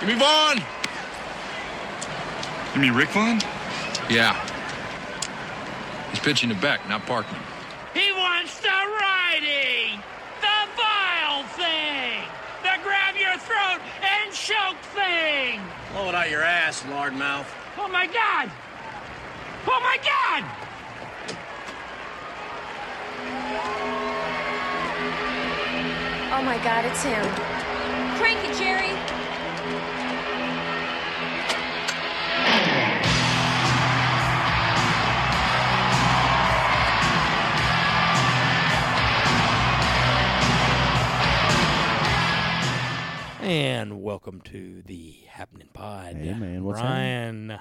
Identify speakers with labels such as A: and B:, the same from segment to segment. A: Give me Vaughn.
B: You mean Rick Vaughn?
A: Yeah. He's pitching to Beck, not Parkman.
C: He wants the righty! The vile thing! The grab your throat and choke thing!
D: Blow it out your ass, Lordmouth.
C: Oh my god! Oh my god!
E: Oh my god, it's him. Crank it, Jerry!
F: And welcome to the Happening Pod.
G: Hey, man, what's
F: Ryan,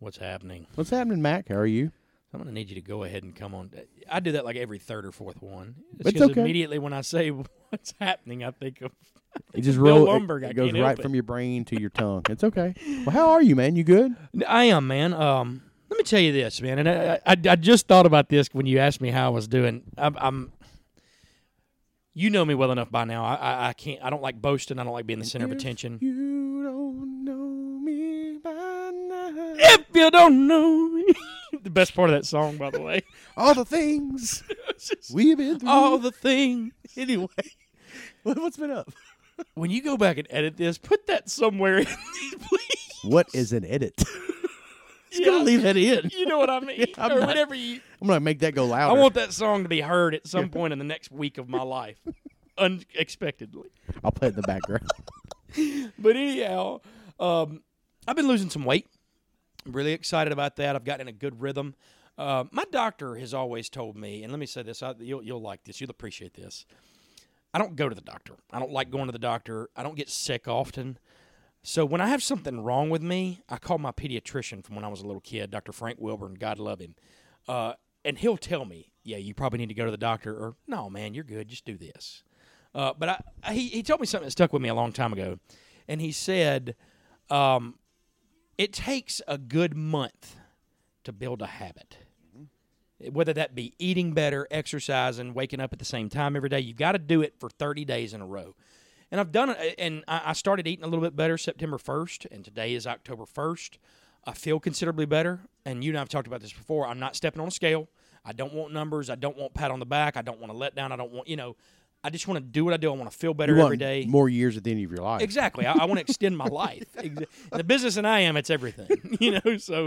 F: what's happening?
G: What's happening, Mac? How are you?
F: I'm going to need you to go ahead and come on. I do that like every third or fourth one.
G: It's
F: 'cause
G: okay.
F: Immediately when I say what's happening, I think of
G: It just
F: Bill
G: roll-
F: Lumberg,
G: It,
F: I
G: it goes
F: can't
G: right
F: help it.
G: from your brain to your tongue. It's okay. Well, how are you, man? You good?
F: I am, man. Um, let me tell you this, man. And I, I, I just thought about this when you asked me how I was doing. I'm, I'm you know me well enough by now. I, I, I can't. I don't like boasting. I don't like being the center of attention.
G: You don't know me by now.
F: if you don't know me, the best part of that song, by the way.
G: All the things we've been through.
F: All the things.
G: anyway, what, what's been up?
F: When you go back and edit this, put that somewhere, in, please.
G: What is an edit?
F: Just
G: gonna leave that in.
F: You know what I mean?
G: I'm
F: or
G: not-
F: whatever you.
G: I'm gonna make that go
F: I
G: louder.
F: want that song to be heard at some point in the next week of my life, unexpectedly.
G: I'll play it in the background.
F: But anyhow, um, I've been losing some weight. I'm really excited about that. I've gotten in a good rhythm. Uh, my doctor has always told me, and let me say this: I, you'll, you'll like this. You'll appreciate this. I don't go to the doctor. I don't like going to the doctor. I don't get sick often. So when I have something wrong with me, I call my pediatrician from when I was a little kid, Dr. Frank Wilburn. God love him. Uh, and he'll tell me, "Yeah, you probably need to go to the doctor," or "No, man, you're good. Just do this." Uh, but I, I, he, he told me something that stuck with me a long time ago. And he said, um, it takes a good month to build a habit. Whether that be eating better, exercising, waking up at the same time every day, you got to do it for 30 days in a row. And I've done it, and I I started eating a little bit better September 1st, and today is October 1st. I feel considerably better. And you and I have talked about this before. I'm not stepping on a scale. I don't want numbers. I don't want pat on the back. I don't want a letdown. I don't want, you know, I just want to do what I do. I want to feel better
G: You
F: every
G: want
F: day.
G: more years at the end of your life.
F: Exactly. I, I want to extend my life. Ex- the business that I am, it's everything. You know. So,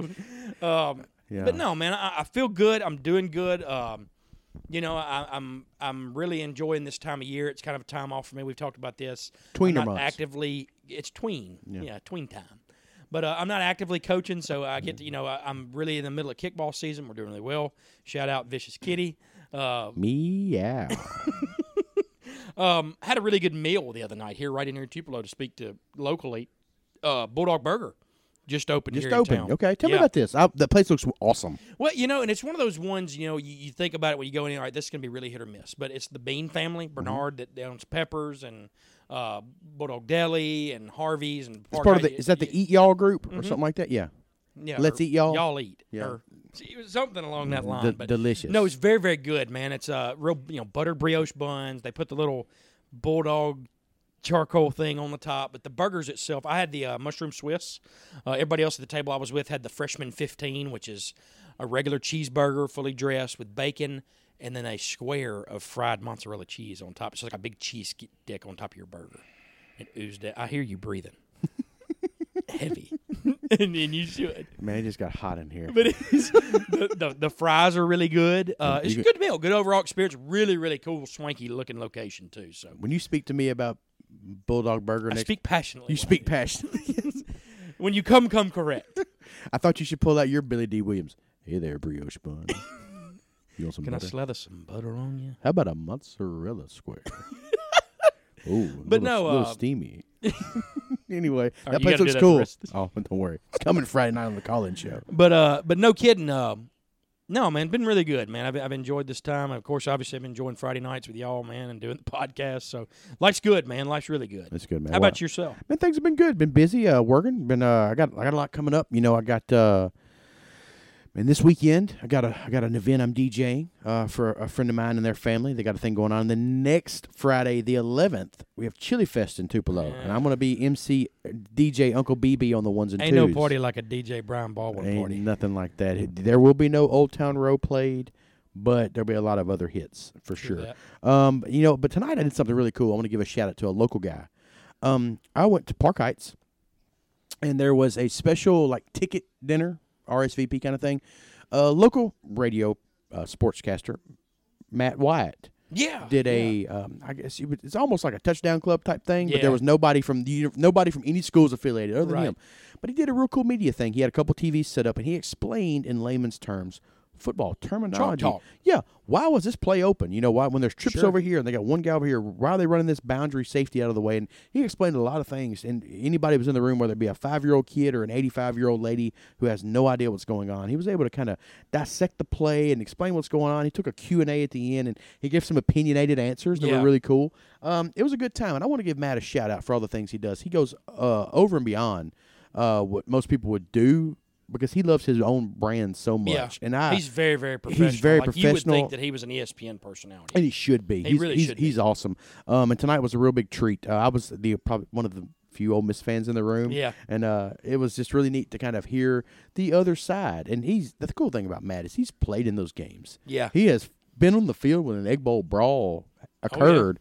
F: um,
G: Yeah.
F: but no, man, I, I feel good. I'm doing good. Um, you know, I, I'm I'm really enjoying this time of year. It's kind of a time off for me. We've talked about this.
G: Tweener
F: I'm not
G: months.
F: Actively, it's tween. Yeah, tween time. But uh, I'm not actively coaching, so I get to, you know I, I'm really in the middle of kickball season. We're doing really well. Shout out Vicious Kitty. Uh,
G: Meow.
F: um, had a really good meal the other night here, right in here in Tupelo, to speak to locally. Uh, Bulldog Burger just opened.
G: Just
F: here in
G: open.
F: town.
G: Okay, tell
F: Yeah.
G: me about this. I, the place looks awesome.
F: Well, you know, and it's one of those ones. You know, you, you think about it when you go in. All right, this is gonna be really hit or miss. But it's the Bean family,
G: Mm-hmm.
F: Bernard, that owns Peppers and uh, Bulldog Deli and Harvey's and.
G: It's part of the. Is that the Eat Y'all group
F: Mm-hmm.
G: or something like that? Yeah.
F: Yeah,
G: Let's
F: or
G: eat, y'all.
F: Y'all eat.
G: Yeah.
F: Or see, it was something along that line.
G: De-
F: but
G: delicious.
F: No, it's very very good, man. It's uh, real you know buttered brioche buns. They put the little bulldog charcoal thing on the top, but the burgers itself. I had the uh, mushroom Swiss. Uh, everybody else at the table I was with had the freshman fifteen, which is a regular cheeseburger fully dressed with bacon. And then a square of fried mozzarella cheese on top. It's like a big cheese dick on top of your burger. It oozed out. I hear you breathing. Heavy. and then you should.
G: Man, it just got hot in here.
F: But it's, the, the the fries are really good. Uh, it's a
G: you
F: good meal, good overall experience. Really, really cool, swanky looking location too. So
G: when you speak to me about Bulldog Burger
F: I
G: next,
F: speak passionately.
G: you
F: when I
G: speak
F: do.
G: passionately.
F: when you come, come correct.
G: I thought you should pull out your Billy D. Williams. Hey there, brioche bun. You want some
F: Can I
G: butter?
F: slather some butter on you?
G: How about a mozzarella square? Ooh, a
F: But
G: little,
F: no,
G: little
F: uh,
G: steamy. anyway,
F: All right,
G: that
F: you gotta
G: place
F: do that for
G: looks
F: the
G: cool.
F: rest of this-
G: Oh, don't worry, it's coming Friday night on the call-in show.
F: But uh, but no kidding. Um, no man, been really good, man. I've, I've enjoyed this time. Of course, obviously, I've been enjoying Friday nights with y'all, man, and doing the podcast. So life's good, man. Life's really good.
G: That's good, man.
F: How
G: Well,
F: about yourself?
G: Man, things have been good. Been busy, uh, working. Been uh, I got I got a lot coming up. You know, I got uh, And this weekend, I got a I got an event I'm DJing uh, for a friend of mine and their family. They got a thing going on. And the next Friday, the 11th, we have Chili Fest in Tupelo, and I'm going to be MC DJ Uncle BB on the ones and
F: Ain't
G: twos.
F: no party like a DJ Brian Baldwin
G: Ain't
F: party.
G: nothing like that. It- There will be no Old Town Road played, but there'll be a lot of other hits for sure. Um, you know, but tonight I did something really cool. I want to give a shout out to a local guy. Um, I went to Park Heights, and there was a special like ticket dinner, RSVP kind of thing. A local radio uh, sportscaster, Matt Wyatt
F: Yeah.
G: did a um, I guess you would, it's almost like a touchdown club type thing, but
F: Yeah.
G: there was nobody from the uni- nobody from any schools affiliated other than
F: Right.
G: him. But he did a real cool media thing. He had a couple TVs set up and he explained in layman's terms football terminology.
F: talk.
G: Yeah, why was this play open? You know why when there's trips over here and they got one guy over here, why are they running this boundary safety out of the way? And he explained a lot of things. And anybody who was in the room, whether it be a five year old kid or an eighty five year old lady who has no idea what's going on, he was able to kind of dissect the play and explain what's going on. He took a Q and A at the end and he gave some opinionated answers that
F: Yeah.
G: were really cool. Um, it was a good time, and I want to give Matt a shout out for all the things he does. He goes uh, over and beyond uh, what most people would do. Because he loves his own brand so much,
F: Yeah.
G: and I
F: he's very, very professional.
G: He's very
F: Like, You would
G: professional.
F: think that he was an E ESPN personality.
G: And he should be. he's,
F: really
G: he's,
F: should be.
G: He's awesome. Um, and tonight was a real big treat. Uh, I was the probably one of the few Ole Miss fans in the room.
F: Yeah.
G: And uh, it was just really neat to kind of hear the other side. And he's the cool thing about Matt is he's played in those games.
F: Yeah.
G: He has been on the field when an egg bowl brawl occurred.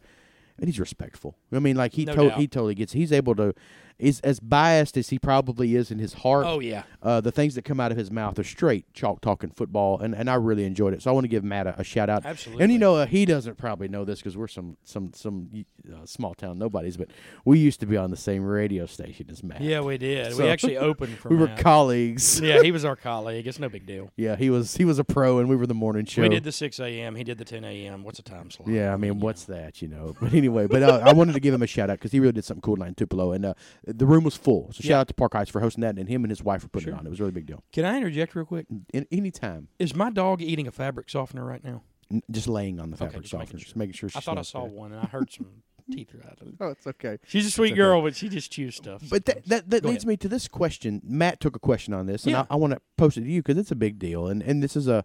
G: And he's respectful. I mean, like he
F: Oh, No
G: to-
F: doubt.
G: he totally gets. He's able to. Is as biased as he probably is in his heart.
F: Oh, yeah.
G: Uh, the things that come out of his mouth are straight chalk talking football, and, and I really enjoyed it. So I want to give Matt a, a shout out.
F: Absolutely.
G: And you know uh, he doesn't probably know this because we're some some some uh, small town nobodies, but we used to be on the same radio station as Matt.
F: yeah, we did.
G: So-
F: we actually opened for
G: we were
F: Matt.
G: colleagues.
F: yeah, he was our colleague. It's no big deal.
G: Yeah, he was he was a pro, and we were the morning show.
F: We did the 6 a.m. He did the 10 a.m. What's the time slot?
G: Yeah, I mean, what's that, you know? But anyway, but uh, I wanted to give him a shout out because he really did something cool tonight in Tupelo, and uh, the room was full. So
F: Yeah.
G: shout out to Park Heights for hosting that, and him and his wife for putting it on. It was a really big deal.
F: Can I interject real quick?
G: In, anytime,
F: Is my dog eating a fabric softener right now?
G: n- just laying on the fabric
F: just making
G: softener,
F: sure.
G: just making sure. She
F: I thought I
G: smells
F: saw
G: good.
F: one and I heard some teeth out of it.
G: Oh, it's okay.
F: She's a sweet girl, but she just chews stuff.
G: But that that, that
F: Go
G: leads
F: ahead.
G: me to this question. Matt took a question on this, and
F: Yeah.
G: I, I want to post it to you because it's a big deal, and and this is a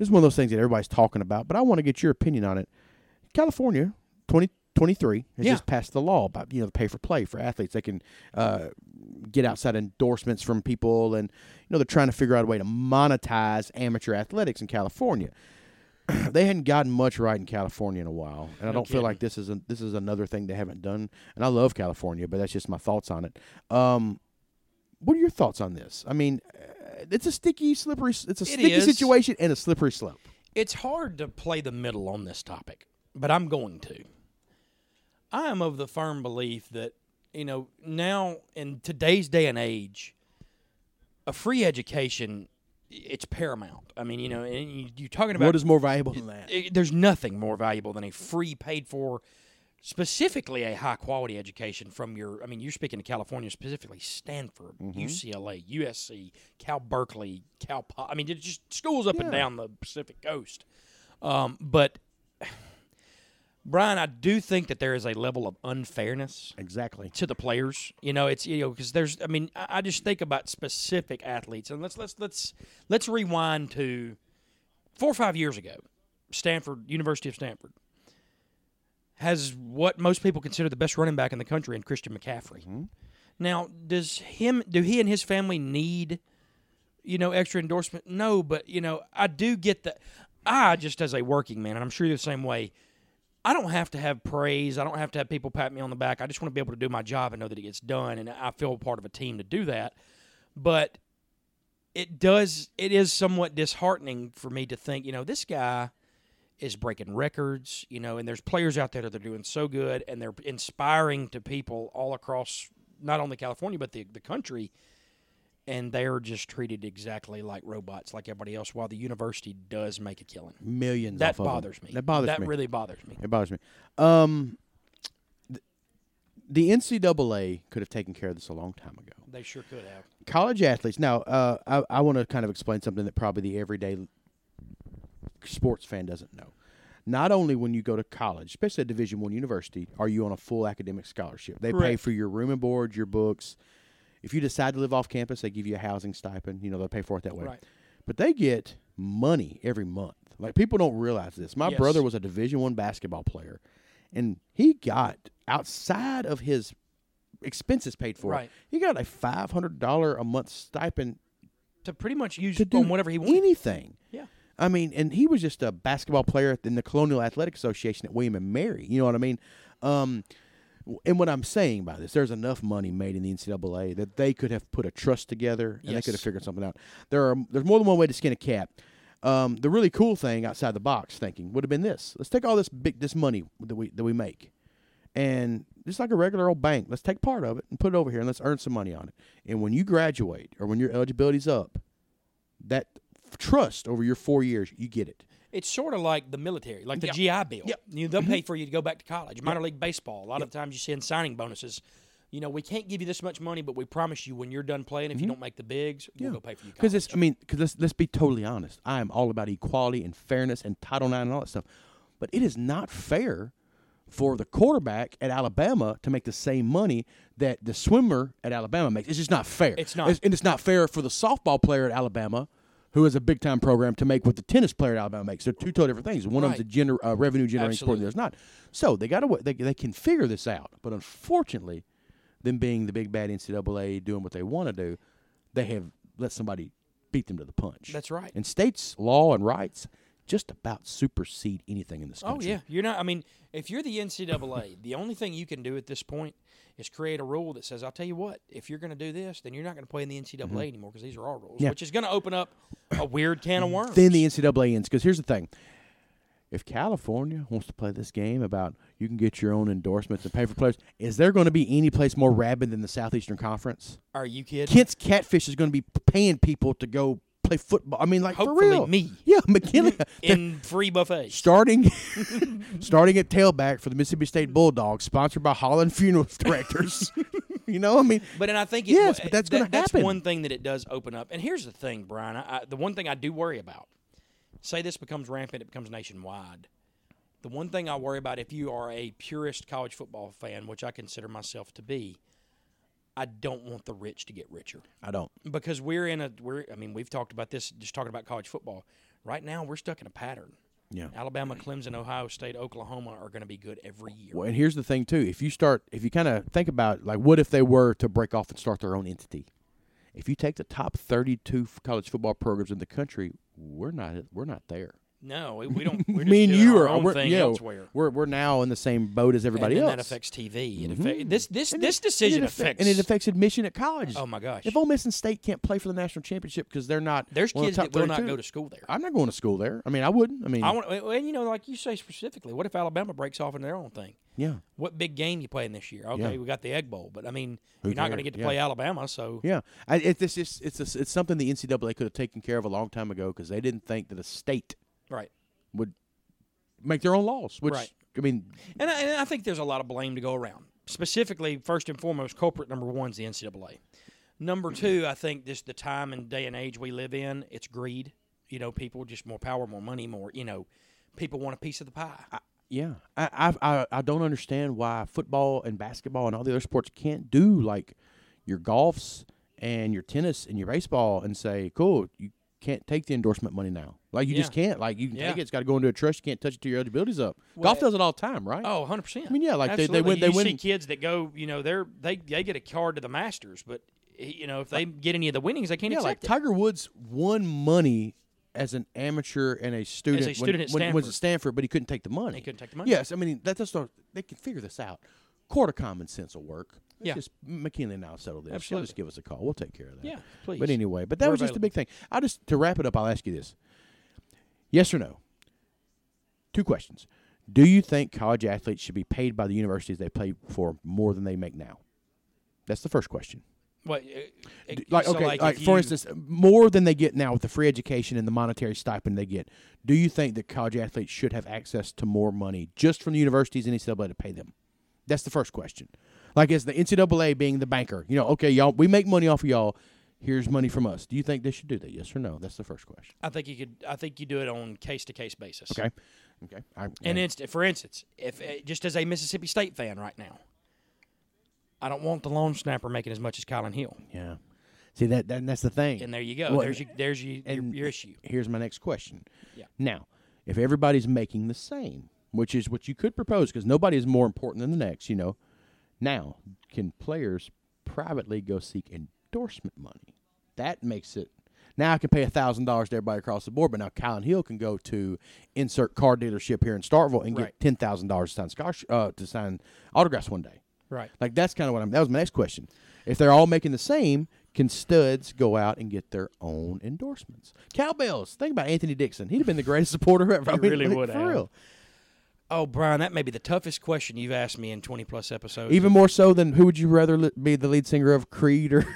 G: this is one of those things that everybody's talking about. But I want to get your opinion on it. California, twenty twenty three has
F: Yeah.
G: just passed the law about you know the pay for play for athletes. They can uh, get outside endorsements from people, and you know they're trying to figure out a way to monetize amateur athletics in California. they hadn't gotten much right in California in a while, and I don't feel like this is a, this is another thing they haven't done. And I love California, but that's just my thoughts on it. Um, what are your thoughts on this? I mean, uh, it's a sticky, slippery. s- It's a sticky
F: is.
G: situation and a slippery slope.
F: It's hard to play the middle on this topic, but I'm going to. I am of the firm belief that, you know, now in today's day and age, a free education it's paramount. I mean, you know, and you- you're talking about
G: What is more valuable than that?
F: it- there's nothing more valuable than a free paid for specifically a high quality education from your i mean you're speaking to california specifically stanford ucla usc cal berkeley cal Po- i mean it's just schools up and down the pacific coast um, but brian i do think that there is a level of unfairness
G: Exactly.
F: to the players. You know, it's you know because there's. I mean, I, I just think about specific athletes, and let's let's let's let's rewind to four or five years ago. Stanford University of Stanford has what most people consider the best running back in the country, in Christian McCaffrey. Now, does him do he and his family need? you know, extra endorsement. No, but you know, I do get that. I just as a working man, and I'm sure you're the same way. I don't have to have praise. I don't have to have people pat me on the back. I just want to be able to do my job and know that it gets done, and I feel part of a team to do that. But it does. It is somewhat disheartening for me to think, you know, this guy is breaking records, you know, and there's players out there that are doing so good and they're inspiring to people all across not only California but the the country and they're just treated exactly like robots, like everybody else, while the university does make a killing.
G: Millions.
F: That
G: off of 'em.
F: bothers me.
G: That bothers me.
F: That really bothers me.
G: It bothers me. Um, th- the NCAA could have taken care of this a long time ago.
F: They sure could have.
G: college athletes. Now, uh, I, I want to kind of explain something that probably the everyday sports fan doesn't know. Not only when you go to college, especially at Division One university, are you on a full academic scholarship? They pay
F: Correct.
G: for your room and board, your books. If you decide to live off campus, they give you a housing stipend. You know, they'll pay for it that way.
F: Right.
G: but they get money every month. Like people don't realize this. My
F: Yes.
G: brother was a Division One basketball player, and he got outside of his expenses paid for.
F: Right.
G: He got a five hundred dollar a month stipend
F: to pretty much use
G: to do
F: on whatever he wanted.
G: anything.
F: yeah.
G: I mean, and he was just a basketball player in the Colonial Athletic Association at William and Mary. You know what I mean? Um, and what I'm saying by this, there's enough money made in the NCAA that they could have put a trust together and they could have
F: Yes.
G: figured something out. There are there's more than one way to skin a cat. Um, the really cool thing outside the box thinking would have been this: let's take all this big this money that we that we make, and just like a regular old bank, let's take part of it and put it over here and let's earn some money on it. And when you graduate or when your eligibility's up, that f- trust over your four years, you get it.
F: It's sort of like the military, like the GI Bill.
G: Yep.
F: You know, they'll pay for you to go back to college. Minor league baseball. A lot of the times you see in signing bonuses, you know, we can't give you this much money, but we promise you when you're done playing, if you don't make the bigs, we'll go pay for you.
G: Because Mm-hmm. it's, I mean, because let's let's be totally honest. I am all about equality and fairness and Title IX and all that stuff, but it is not fair for the quarterback at Alabama to make the same money that the swimmer at Alabama makes. It's just not fair.
F: It's not.
G: and it's not fair for the softball player at Alabama, who is a big time program, to make what the tennis player at Alabama makes. They're two totally different things. One of
F: Right.
G: them's a gener- uh, revenue generating sport, and
F: Absolutely.
G: the other's not. So they got to they they can figure this out. But unfortunately, them being the big bad NCAA doing what they want to do, they have let somebody beat them to the punch.
F: That's right.
G: And states' law and rights just about supersede anything in this
F: Oh
G: country.
F: yeah, you're not. I mean, if you're the NCAA, the only thing you can do at this point is create a rule that says, "I'll tell you what, if you're going to do this, then you're not going to play in the NCAA anymore because these are our rules,"
G: Mm-hmm. Yeah. Mm.
F: which is going to open up a weird can of worms.
G: Then the NCAA ends because here's the thing: if California wants to play this game about you can get your own endorsements and pay for players, is there going to be any place more rabid than the Southeastern Conference?
F: are you kidding?
G: Kent's Catfish is going to be paying people to go play football. I mean, like
F: Hopefully
G: for real.
F: me.
G: Yeah, McKinley.
F: in free buffets.
G: starting starting at tailback for the Mississippi State Bulldogs, sponsored by Holland Funeral Directors. you know, I mean,
F: But and I think it,
G: Yes,
F: wa-
G: but that's
F: that-
G: gonna
F: That's
G: happen.
F: one thing that it does open up. And here's the thing, Brian. I, I, the one thing I do worry about. Say this becomes rampant, it becomes nationwide. The one thing I worry about, if you are a purist college football fan, which I consider myself to be, I don't want the rich to get richer
G: I don't.
F: because we're in a we're. I mean, we've talked about this just talking about college football. Right now, we're stuck in a pattern.
G: Yeah.
F: Alabama, Clemson, Ohio State, Oklahoma are going to be good every year.
G: Well, and here's the thing too: if you start, if you kind of think about, like, what if they were to break off and start their own entity? If you take the top 32 f- college football programs in the country, we're not we're not there.
F: No, we, we don't. We're just
G: Me and
F: doing
G: you
F: our
G: are
F: own
G: we're,
F: thing
G: yeah,
F: elsewhere.
G: We're we're now in the same boat as everybody
F: and then
G: else. Mm-hmm.
F: that affects TV. It affect, this this this decision
G: and it, affect-
F: affects
G: and it affects admission at college.
F: Oh my gosh.
G: If Ole Miss and State can't play for the national championship because they're not
F: There's
G: one of
F: kids
G: the
F: that
G: top
F: will not
G: 32,
F: go to school there.
G: I'm not going to school there. I mean, I wouldn't. I mean,
F: I want and you know like you say specifically, what if Alabama breaks off into their own thing?
G: yeah,
F: What big game you playing this year? Okay,
G: Yeah.
F: we got the Egg Bowl, but I mean, you're not going to
G: cares?
F: get to
G: Yeah.
F: play Alabama, so
G: yeah. I, it, it's just it's it's it's something the NCAA could have taken care of a long time ago because they didn't think that a state
F: right.
G: would make their own laws. Which
F: Right.
G: I mean,
F: And I, and I think there's a lot of blame to go around. Specifically, first and foremost, culprit number one's the NCAA. Number
G: Mm-hmm.
F: two, I think just the time and day and age we live in, it's greed. You know, people just more power, more money, more. You know, people want a piece of the pie.
G: yeah, I I I, I don't understand why football and basketball and all the other sports can't do like your golfs and your tennis and your baseball and say, cool, you can't take the endorsement money now. Like you just
F: Yeah.
G: can't. Like you can take
F: Yeah.
G: it. It's got to go into a trust. You can't touch it till your eligibility's up. Golf does it all the time, right?
F: Oh, 100 percent.
G: I mean, yeah, like, they- they win- they
F: You
G: win-
F: see kids that go, you know, they're they they get a card to the Masters, but you know, if they get any of the winnings, they can't
G: Yeah, like
F: accept it.
G: Tiger Woods won money as an amateur and a student,
F: As a student at
G: when, when he was at
F: Stanford.
G: Stanford, but he couldn't take the money. He
F: couldn't take the money.
G: Yes, I mean that, that's not, they can figure this out. Quarter common sense will work. Let's
F: Yeah.
G: just McKinley and I'll settle this. She'll
F: Absolutely.
G: just give us a call. We'll take care of that.
F: Yeah, please.
G: But anyway, but that
F: We're
G: was just the big thing. I just to wrap it up, I'll ask you this: Yes or no? Two questions. Do you think college athletes should be paid by the universities they play for more than they make now? That's the first question
F: What, uh, uh,
G: like
F: so,
G: okay, like,
F: if
G: for
F: you-
G: instance, more than they get now with the free education and the monetary stipend they get. Do you think that college athletes should have access to more money just from the universities and NCAA to pay them? That's the first question. Like, is the NCAA being the banker? You know, okay, y'all, we make money off of y'all. Here's money from us. Do you think they should do that? Yes or no? That's the first question.
F: I think you could. I think you do it on case to case basis.
G: Okay, okay. I,
F: And inst- for instance, if uh, just as a Mississippi State fan right now, I don't want the lone snapper making as much as Colin Hill.
G: yeah, See that, that and that's the thing.
F: And there you go.
G: Well,
F: there's your, there's your, your,
G: and
F: your issue.
G: Here's my next question.
F: Yeah.
G: Now, if everybody's making the same, which is what you could propose, because nobody is more important than the next, you know. Now, can players privately go seek endorsement money? That makes it. Now I can pay thousand dollars to everybody across the board, but now Colin Hill can go to insert car dealership here in Starkville and
F: Right.
G: get ten thousand dollars to sign scholarship, uh, to sign autographs one day.
F: Right.
G: Like that's kind of what I'm. That was my next question. If they're all making the same, can studs go out and get their own endorsements? Cowbells. Think about Anthony Dixon. He'd have been the greatest supporter ever. I
F: He
G: mean,
F: really
G: like,
F: would
G: for
F: have.
G: real.
F: Oh, Brian, that may be the toughest question you've asked me in 20 plus episodes.
G: Even more so than who would you rather li- be the lead singer of Creed or?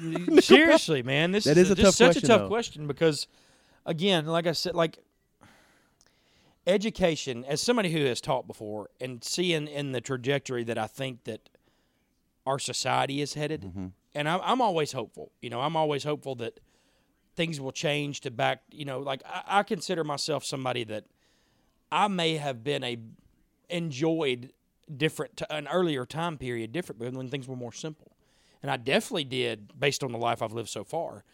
F: seriously, man, this
G: That
F: is,
G: is a
F: this
G: tough
F: such
G: question,
F: a tough
G: though.
F: question because, again, like I said, like education. As somebody who has taught before and seeing in the trajectory that I think that our society is headed,
G: Mm-hmm.
F: and I'm, I'm always hopeful. You know, I'm always hopeful that things will change to back. You know, like I, I consider myself somebody that I may have been a enjoyed different t- an earlier time period different when things were more simple and i definitely did based on the life i've lived so far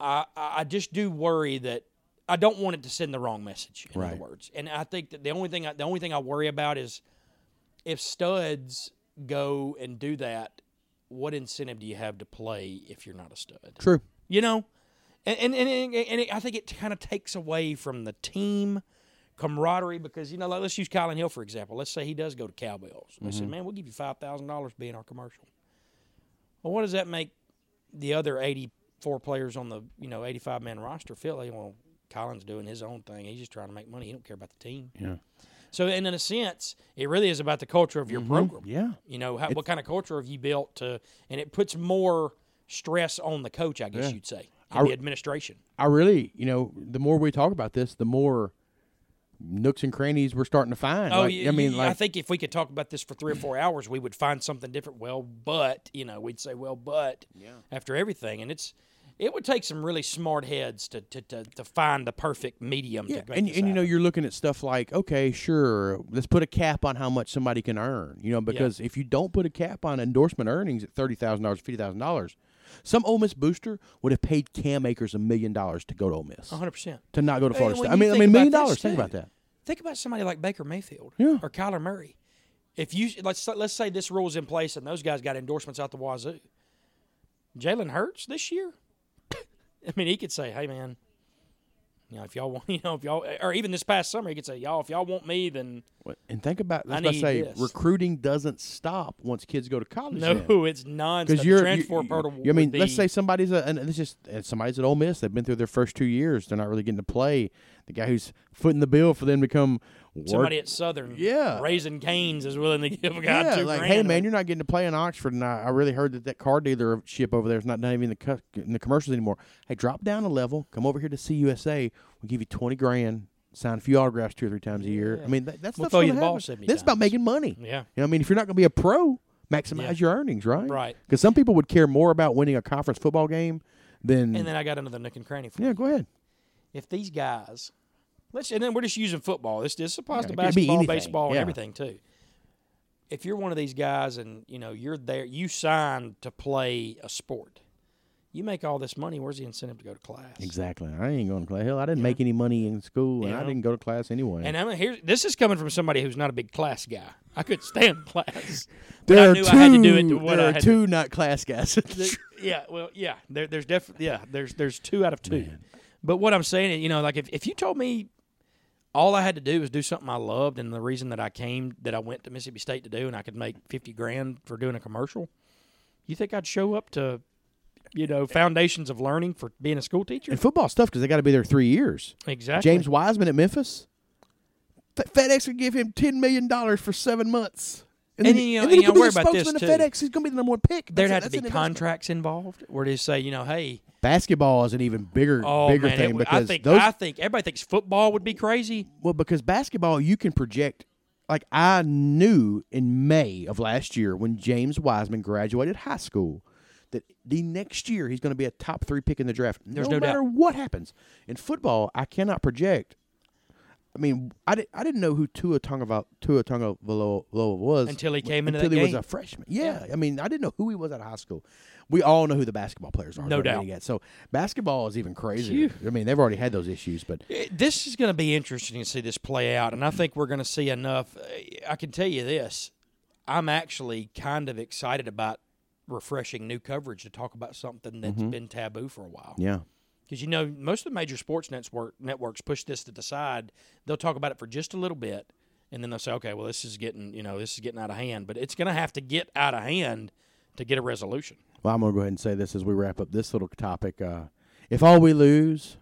F: i i I just do worry that i don't want it to send the wrong message in other
G: Right.
F: words and i think that the only thing I, the only thing i worry about is if studs go and do that what incentive do you have to play if you're not a stud
G: True.
F: you know, and and and, and, and it, I think it kind of takes away from the team camaraderie because you know, like, let's use Colin Hill for example. Let's say he does go to Cowbells. They said, "Man, we'll give you five thousand dollars being our commercial." Well, what does that make the other eighty-four players on the you know eighty-five man roster feel? Like, well, Colin's doing his own thing. He's just trying to make money. He don't care about the team.
G: Yeah.
F: So, and in a sense, it really is about the culture of your program.
G: Mm-hmm. Yeah.
F: You know, how, what kind of culture have you built to, and it puts more stress on the coach, I guess you'd say, and the administration.
G: I really, you know, the more we talk about this, the more nooks and crannies we're starting to find.
F: Oh,
G: Like,
F: yeah,
G: I mean,
F: yeah,
G: like
F: I think if we could talk about this for three or four hours, we would find something different. Well, but you know, we'd say, well, but after everything, and it's it would take some really smart heads to to, to, to find the perfect medium.
G: Yeah,
F: to make
G: and,
F: this
G: and you know
F: happen.
G: you're looking at stuff like okay, sure, let's put a cap on how much somebody can earn. You know because if you don't put a cap on endorsement earnings at thirty thousand dollars, fifty thousand dollars, some Ole Miss booster would have paid Cam Akers a million dollars to go to Ole Miss
F: 100. percent
G: to not go to
F: Hey,
G: Florida
F: when
G: State. I
F: you
G: mean, I
F: think
G: mean,
F: about
G: million
F: this,
G: dollars. Think
F: too.
G: about that.
F: Think about somebody like Baker Mayfield
G: Yeah.
F: or Kyler Murray. If you let's let's say this rule's in place and those guys got endorsements out the wazoo, Jalen Hurts this year. I mean, he could say, "Hey, man, you know, if y'all want, you know, if y'all, or even this past summer, he could say, y'all, if y'all want me, then
G: And think about that's
F: I
G: what I
F: need
G: say.
F: this.
G: Recruiting doesn't stop once kids go to college.
F: no,
G: then.
F: it's non.
G: because
F: Because
G: you're
F: transfer
G: you- you-
F: portal.
G: you- I mean,
F: would
G: let's
F: be-
G: say somebody's a, and this is and somebody's at Ole Miss. They've been through their first two years. They're not really getting to play. The guy who's footing the bill for them to come. Work,
F: somebody at Southern,
G: Yeah.
F: raising canes is willing to give a guy
G: yeah,
F: two
G: like
F: grand
G: hey
F: or-
G: man, you're not getting to play in Oxford, and I, I really heard that that car dealership over there is not not even in the cu- in the commercials anymore. Hey, drop down a level, come over here to CUSA. We'll give you twenty grand, sign a few autographs two or three times a year. I mean, that, that's
F: We'll
G: stuff's
F: throw you
G: gonna
F: the ball
G: happen.
F: 70
G: That's about
F: times.
G: making money.
F: Yeah.
G: you know, what I mean, if you're not going to be a pro, maximize your earnings, right?
F: Right.
G: Because some people would care more about winning a conference football game than
F: and then I got another nook and cranny for you.
G: yeah. Go ahead.
F: if these guys, let's and then we're just using football. This this applies to
G: Yeah, it could be
F: basketball,
G: anything,
F: baseball,
G: yeah.
F: and everything too. If you're one of these guys and you know you're there, you signed to play a sport. You make all this money. Where's the incentive to go to class?
G: Exactly. I ain't going to class. Hell, I didn't make any money in school, and I
F: Yeah.
G: didn't go to class anyway.
F: And I'm here. This is coming from somebody who's not a big class guy. I could stand class. but
G: there
F: I
G: are
F: knew
G: two.
F: I had to do it. To what
G: there
F: I
G: are
F: had
G: two not class guys.
F: To, yeah. Well. Yeah. There, there's definitely. Yeah. There's there's two out of two. But what I'm saying is, you know, like if, if you told me all I had to do was do something I loved and the reason that I came that I went to Mississippi State to do and I could make fifty grand for doing a commercial, you think I'd show up to, you know, foundations of learning for being a school teacher?
G: and football stuff because they got to be there three years.
F: Exactly.
G: James Wiseman at Memphis. F- FedEx would give him ten million dollars for seven months,
F: And
G: he-
F: you know-
G: then
F: and
G: he
F: you
G: could be
F: worry
G: the
F: about this,
G: spokesman of
F: too.
G: FedEx. He's going to be the number one pick.
F: There'd have
G: That's-
F: to
G: that's
F: be
G: an investment.
F: contracts involved, or just say, you know, hey,
G: Basketball is an even bigger,
F: oh
G: bigger
F: man, it
G: thing
F: would-
G: because
F: I think
G: those
F: I think everybody thinks football would be crazy.
G: Well, because basketball, you can project. Like I knew in May of last year when James Wiseman graduated high school that the next year he's going to be a top three pick in the draft.
F: There's
G: no,
F: no doubt.
G: matter what happens in football, I cannot project. I mean, I, di- I didn't know who Tua Tonga Tua Tonga was
F: Until he came into
G: until
F: that
G: he was
F: game.
G: a freshman. Yeah. I mean, I didn't know who he was at high school. We all know who the basketball players are.
F: No
G: They're
F: doubt.
G: getting at. So basketball is even crazier. I mean, they've already had those issues, but
F: It- This is going to be interesting to see this play out, and I think we're going to see enough. eh, I can tell you this: I'm actually kind of excited about refreshing new coverage to talk about something that's
G: Mm-hmm.
F: been taboo for a while.
G: yeah,
F: Because you know, most of the major sports network networks push this to the side. They'll talk about it for just a little bit, and then they'll say, "Okay, well, this is getting you know this is getting out of hand." But it's going to have to get out of hand to get a resolution.
G: Well, I'm going to go ahead and say this as we wrap up this little topic. Uh, if all we lose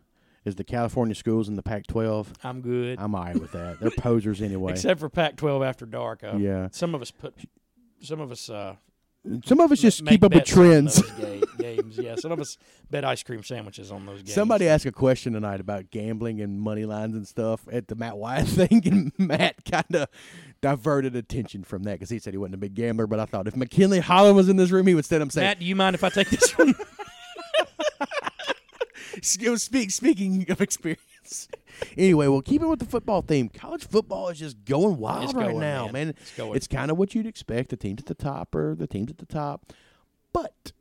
G: is the California schools in the Pac 12,
F: I'm good,
G: I'm all right with that. They're posers anyway.
F: except for Pac-12 after dark. Uh,
G: Yeah.
F: some of us put some of us. Uh,
G: Some of us just
F: make
G: keep up with
F: bets on
G: trends.
F: those ga- games, yeah. Some of us bet ice cream sandwiches on those games.
G: Somebody asked a question tonight about gambling and money lines and stuff at the Matt Wyatt thing, and Matt kind of diverted attention from that because he said he wasn't a big gambler. But I thought if McKinley Holland was in this room, he would stand up and say,
F: Matt, do you mind if I take this one?
G: It was speak, speaking of experience. anyway, well, keeping with the football theme, college football is just going wild
F: It's
G: right
F: going,
G: now, man.
F: man. It's going.
G: kind of what you'd expect. The teams at the top or the teams at the top. But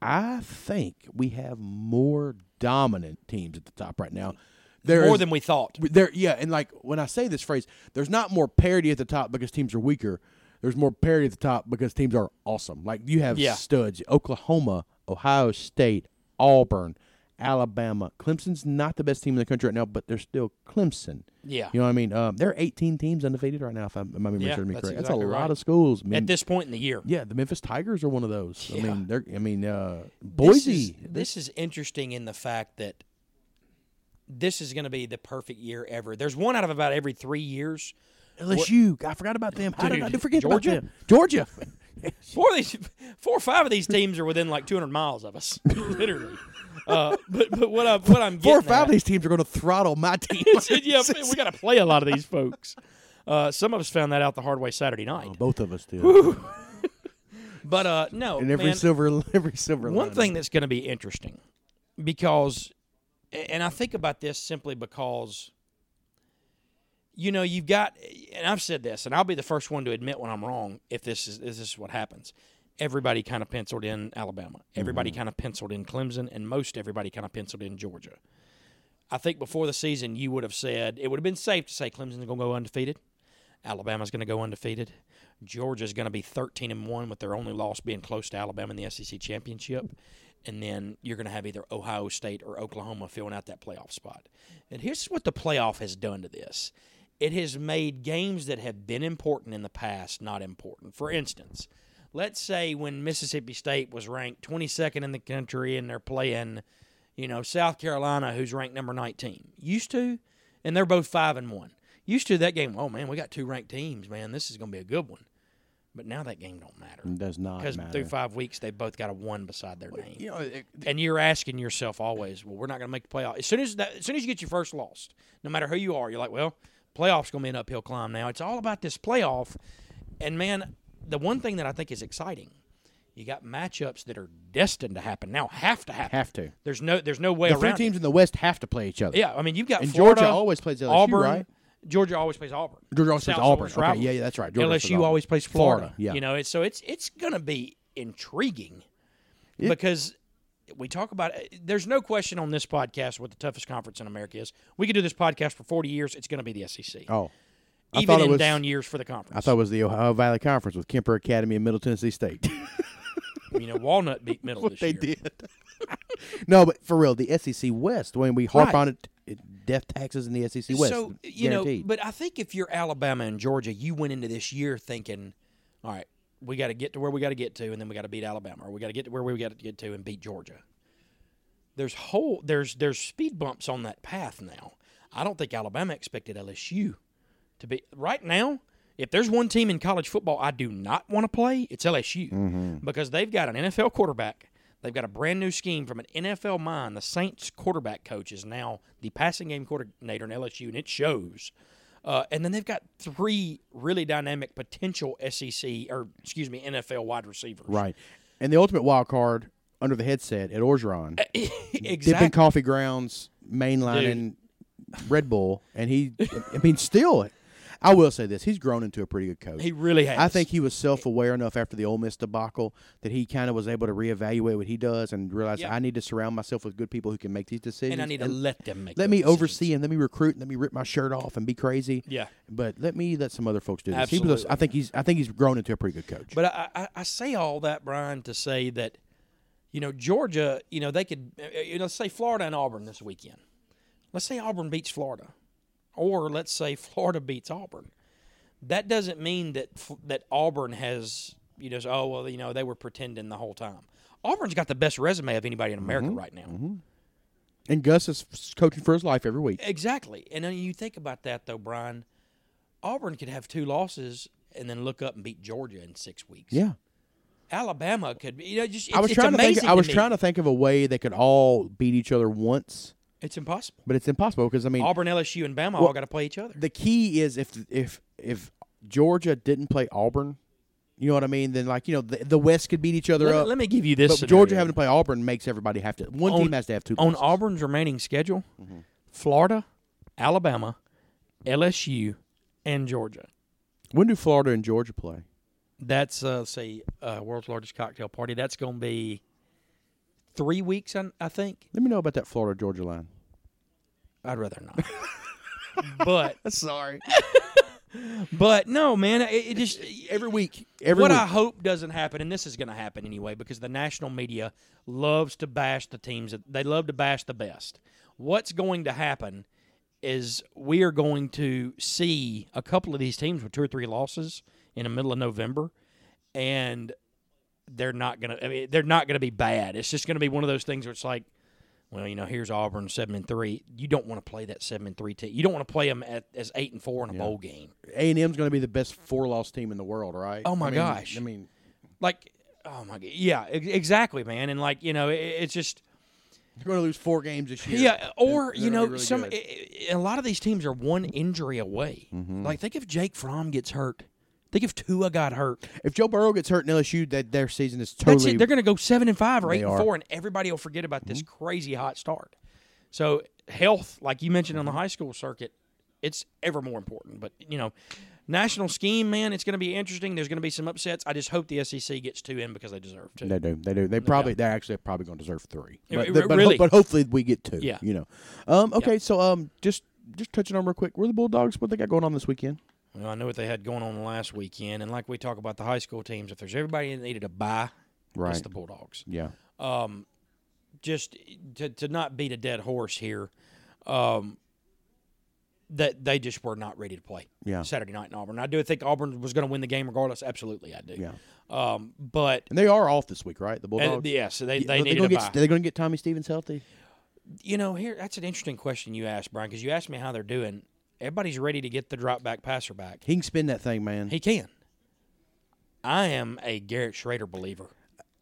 G: I think we have more dominant teams at the top right now. There
F: More
G: is-
F: than we thought.
G: there yeah and like when i say this phrase there's not more parity at the top because teams are weaker there's more parity at the top because teams are awesome like you have
F: Yeah.
G: studs oklahoma ohio state auburn alabama clemson's not the best team in the country right now but they're still clemson
F: Yeah.
G: you know what i mean um, there are 18 teams undefeated right now if i'm, if I'm
F: Yeah, that's
G: me correct that's a
F: exactly
G: lot
F: right.
G: of schools man.
F: At this point in the year,
G: yeah the memphis tigers are one of those i
F: Yeah.
G: mean they're i mean uh,
F: This
G: boise
F: is- This is, interesting in the fact that this is going to be the perfect year ever. There's one out of about every three years.
G: lsu i forgot about them how did i
F: Dude,
G: forget
F: Georgia?
G: about them georgia
F: Four of these, four or five of these teams are within like 200 miles of us, literally. Uh, but but what I'm what I'm getting
G: four or five
F: at-
G: of these teams are going to throttle my team.
F: yeah, we got to play a lot of these folks. Uh, some of us found that out the hard way Saturday night.
G: Both of us do.
F: But uh, no,
G: And every
F: man,
G: silver, every silver.
F: one
G: lining.
F: thing that's going to be interesting because and i think about this simply because you know you've got and i've said this and i'll be the first one to admit when i'm wrong if this is if this is what happens everybody kind of penciled in alabama everybody kind of penciled in clemson and most everybody kind of penciled in georgia i think before the season you would have said it would have been safe to say clemson's going to go undefeated Alabama's going to go undefeated. Georgia's going to be 13 and 1 with their only loss being close to Alabama in the SEC championship. And then you're going to have either Ohio State or Oklahoma filling out that playoff spot. And here's what the playoff has done to this. It has made games that have been important in the past not important. For instance, let's say when Mississippi State was ranked 22nd in the country and they're playing, you know, South Carolina, who's ranked number 19. Used to, and they're both 5 and 1. Used to that game, oh man, we got two ranked teams, man. This is going to be a good one. But now that game don't matter
G: It does not
F: because
G: matter.
F: through five weeks they both got a one beside their name.
G: You know, it-
F: and you're asking yourself always, well, we're not going to make the playoff. As soon as that, as soon as you get your first loss, no matter who you are, you're like, well, playoffs going to be an uphill climb now. It's all about this playoff. And man, the one thing that I think is exciting, you got matchups that are destined to happen now, have to happen.
G: Have to.
F: There's no there's no way
G: the
F: around
G: three
F: it.
G: teams in the West have to play each other.
F: Yeah, I mean you've got
G: And
F: Florida,
G: Georgia always plays LSU,
F: Auburn.
G: right?
F: Georgia always plays Auburn.
G: Georgia always plays
F: South
G: Auburn.
F: Source
G: Okay,
F: rivalry.
G: yeah, yeah, that's right. Georgia always
F: LSU
G: plays Auburn.
F: always plays
G: Florida,
F: Florida.
G: yeah.
F: you know, it's, so it's it's gonna be intriguing because we talk about. There's no question on this podcast what the toughest conference in America is. We could do this podcast for 40 years. It's gonna be the SEC,
G: Oh, I
F: even
G: thought it
F: in
G: was-
F: down years for the conference.
G: I thought it was the Ohio Valley Conference with Kemper Academy and Middle Tennessee State.
F: you know Walnut beat Middle this
G: they
F: year.
G: did. no, but for real, the SEC West. When we harp
F: Right.
G: on it, it, death taxes in the SEC West. uh,
F: So you
G: guaranteed.
F: know, but I think if you're Alabama and Georgia, you went into this year thinking, all right, we got to get to where we got to get to, and then we got to beat Alabama, or we got to get to where we got to get to and beat Georgia. There's whole there's there's speed bumps on that path now. I don't think Alabama expected LSU to be right now. If there's one team in college football I do not want to play, it's LSU
G: Mm-hmm.
F: because they've got an NFL quarterback. They've got a brand new scheme from an NFL mind. The Saints quarterback coach is now the passing game coordinator in LSU, and it shows. Uh, and then they've got three really dynamic potential SEC or excuse me NFL wide receivers.
G: right, and the ultimate wild card under the headset at Orgeron,
F: exactly.
G: dipping coffee grounds, mainlining Red Bull, and he, I mean, still, I will say this: he's grown into a pretty good coach.
F: He really has.
G: I think he was self-aware enough after the Ole Miss debacle that he kind of was able to reevaluate what he does and realize
F: Yeah.
G: I need to surround myself with good people who can make these decisions.
F: and I need to let them make.
G: let
F: those
G: me
F: decisions.
G: oversee and let me recruit and let me rip my shirt off and be crazy.
F: Yeah.
G: but let me let some other folks do this. He was,
F: Absolutely.
G: I think he's I think he's grown into a pretty good coach.
F: But I, I, I say all that, Brian, to say that, you know, Georgia, you know, they could, uh, uh, you know, say Florida and Auburn this weekend. Let's say Auburn beats Florida, or let's say Florida beats Auburn. That doesn't mean that F- that Auburn has, you know, oh well, you know, they were pretending the whole time. Auburn's got the best resume of anybody in America
G: Mm-hmm.
F: right now.
G: and Gus is f- coaching for his life every week.
F: Exactly. And then you think about that though, Brian. Auburn could have two losses and then look up and beat Georgia in six weeks.
G: Yeah.
F: Alabama could be. You know, just
G: I was trying to think. I was trying
F: to.
G: to think of a way they could all beat each other once,
F: It's impossible.
G: but it's impossible because I mean,
F: Auburn, LSU, and Bama all got to play each other.
G: the key is if if if Georgia didn't play Auburn, you know what I mean. Then like you know the, the West could beat each other
F: Let,
G: up.
F: let me give you
G: uh,
F: this.
G: but Georgia
F: scenario.
G: having to play Auburn makes everybody have to. One team has to have two.
F: on
G: losses.
F: Auburn's remaining schedule: Florida, Alabama, LSU, and Georgia.
G: When do Florida and Georgia play?
F: That's uh, let's see, uh, world's largest cocktail party. That's going to be three weeks, I, I think.
G: Let me know about that Florida Georgia line.
F: I'd rather not. but sorry. But no, man, it, it just
G: Every week, every
F: what
G: week.
F: I hope doesn't happen, and this is going to happen anyway, because the national media loves to bash the teams. that- They love to bash the best. What's going to happen is we are going to see a couple of these teams with two or three losses in the middle of November, and they're not going to. I mean, they're not going to be bad. It's just going to be one of those things where it's like. Well, you know, here's Auburn seven and three. You don't want to play that seven and three team. You don't want to play them at, as eight and four in a bowl game.
G: A and M's going to be the best four loss team in the world, right?
F: Oh, my
G: I mean,
F: gosh.
G: I mean,
F: like oh my god yeah ex- exactly man and like you know it, it's just
G: they're going to lose four games this year.
F: yeah or
G: They're
F: you
G: gonna
F: know
G: be really
F: some
G: good.
F: i i- a lot of these teams are one injury away
G: Mm-hmm.
F: like think if jake fromm gets hurt think if Tua got hurt
G: if Joe Burrow gets hurt in LSU, that their season is
F: that's
G: totally.
F: it they're going to go seven and five or
G: They
F: eight and
G: are. Mm-hmm.
F: four and everybody will forget about this crazy hot start so health like you mentioned on
G: Mm-hmm.
F: the high school circuit it's ever more important but you know national scheme man it's going to be interesting there's going to be some upsets i just hope the sec gets two in because they deserve to
G: They do. They do. They probably. They're actually probably going to deserve three.
F: It-
G: But,
F: it-
G: but, ho-
F: really.
G: but hopefully we get two.
F: Yeah.
G: You know. Um. Okay. So um. Just just touching on real quick. Where are the Bulldogs? What they got going on this weekend?
F: Well, I know what they had going on last weekend, and like we talk about the high school teams, if there's everybody that needed a bye, it's
G: Right.
F: the Bulldogs.
G: Yeah.
F: Just to, to not beat a dead horse here, um, that they just were not ready to play
G: Yeah.
F: Saturday night in Auburn. I do think Auburn was going to win the game regardless. Absolutely, I do.
G: Yeah.
F: Um, but
G: And they are off this week, right? The
F: and,
G: Bulldogs.
F: yeah, so Uh, they,
G: Yeah,
F: they
G: are
F: needed
G: gonna
F: a
G: get,
F: bye.
G: They're going to get Tommy Stevens healthy.
F: you know, here that's an interesting question you asked, Brian, because you asked me how they're doing. Everybody's ready to get the drop back passer back.
G: He can spin that thing, man.
F: He can. I am a Garrett Schrader believer.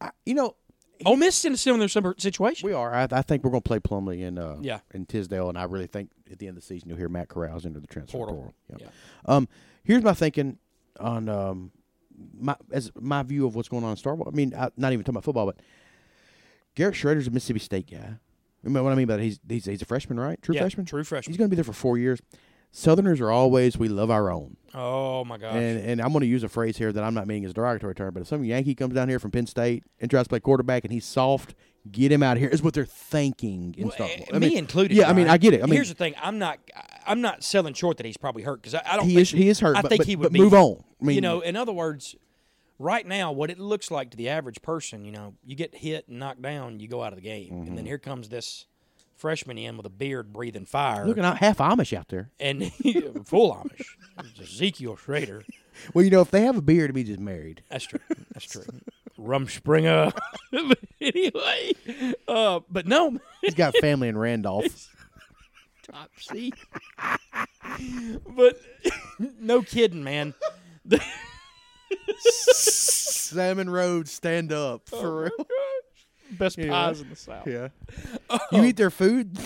G: I- you know,
F: Ole Miss is still in their similar situation.
G: we are. I, I think we're going to play Plumley and uh
F: Yeah.
G: and Tisdale, and I really think at the end of the season you'll hear Matt Corral's into the transfer
F: Portal.
G: portal. Um. Here's my thinking on um my as my view of what's going on in Star Wars. I mean, I, not even talking about football, but Garrett Schrader's a Mississippi State guy. I mean, what I mean by that, he's he's, he's a freshman, right? True
F: Yeah,
G: freshman.
F: true freshman.
G: He's going to be there for four years. Southerners are always we love our own,
F: Oh my gosh.
G: and and I'm going to use a phrase here that I'm not meaning as a derogatory term, but if some Yankee comes down here from Penn State and tries to play quarterback and he's soft, get him out of here is what they're thinking in Star Wars. I
F: eh, me
G: mean,
F: included.
G: Yeah, I mean,
F: Brian.
G: I get it. I mean,
F: here's the thing: I'm not, I'm not selling short that he's probably hurt because I, I don't.
G: He
F: think,
G: is- he is hurt,
F: I
G: but-
F: think
G: but-
F: he would
G: but
F: be-
G: move on. I mean-
F: you know, in other words, right now, what it looks like to the average person, you know, you get hit and knocked down, you go out of the game, and
G: Mm-hmm.
F: then here comes this freshman in with a beard, breathing fire,
G: looking out half Amish out there.
F: and full Amish, Ezekiel Schrader.
G: Well, you know, if they have a beard, it means he's married.
F: That's true. That's true. Rumspringer. But anyway, uh, but no,
G: He's got family in Randolph.
F: See? but no kidding, man.
G: Salmon Road, stand up
F: Oh,
G: for real.
F: Best pies in the South.
G: Yeah. You eat their food.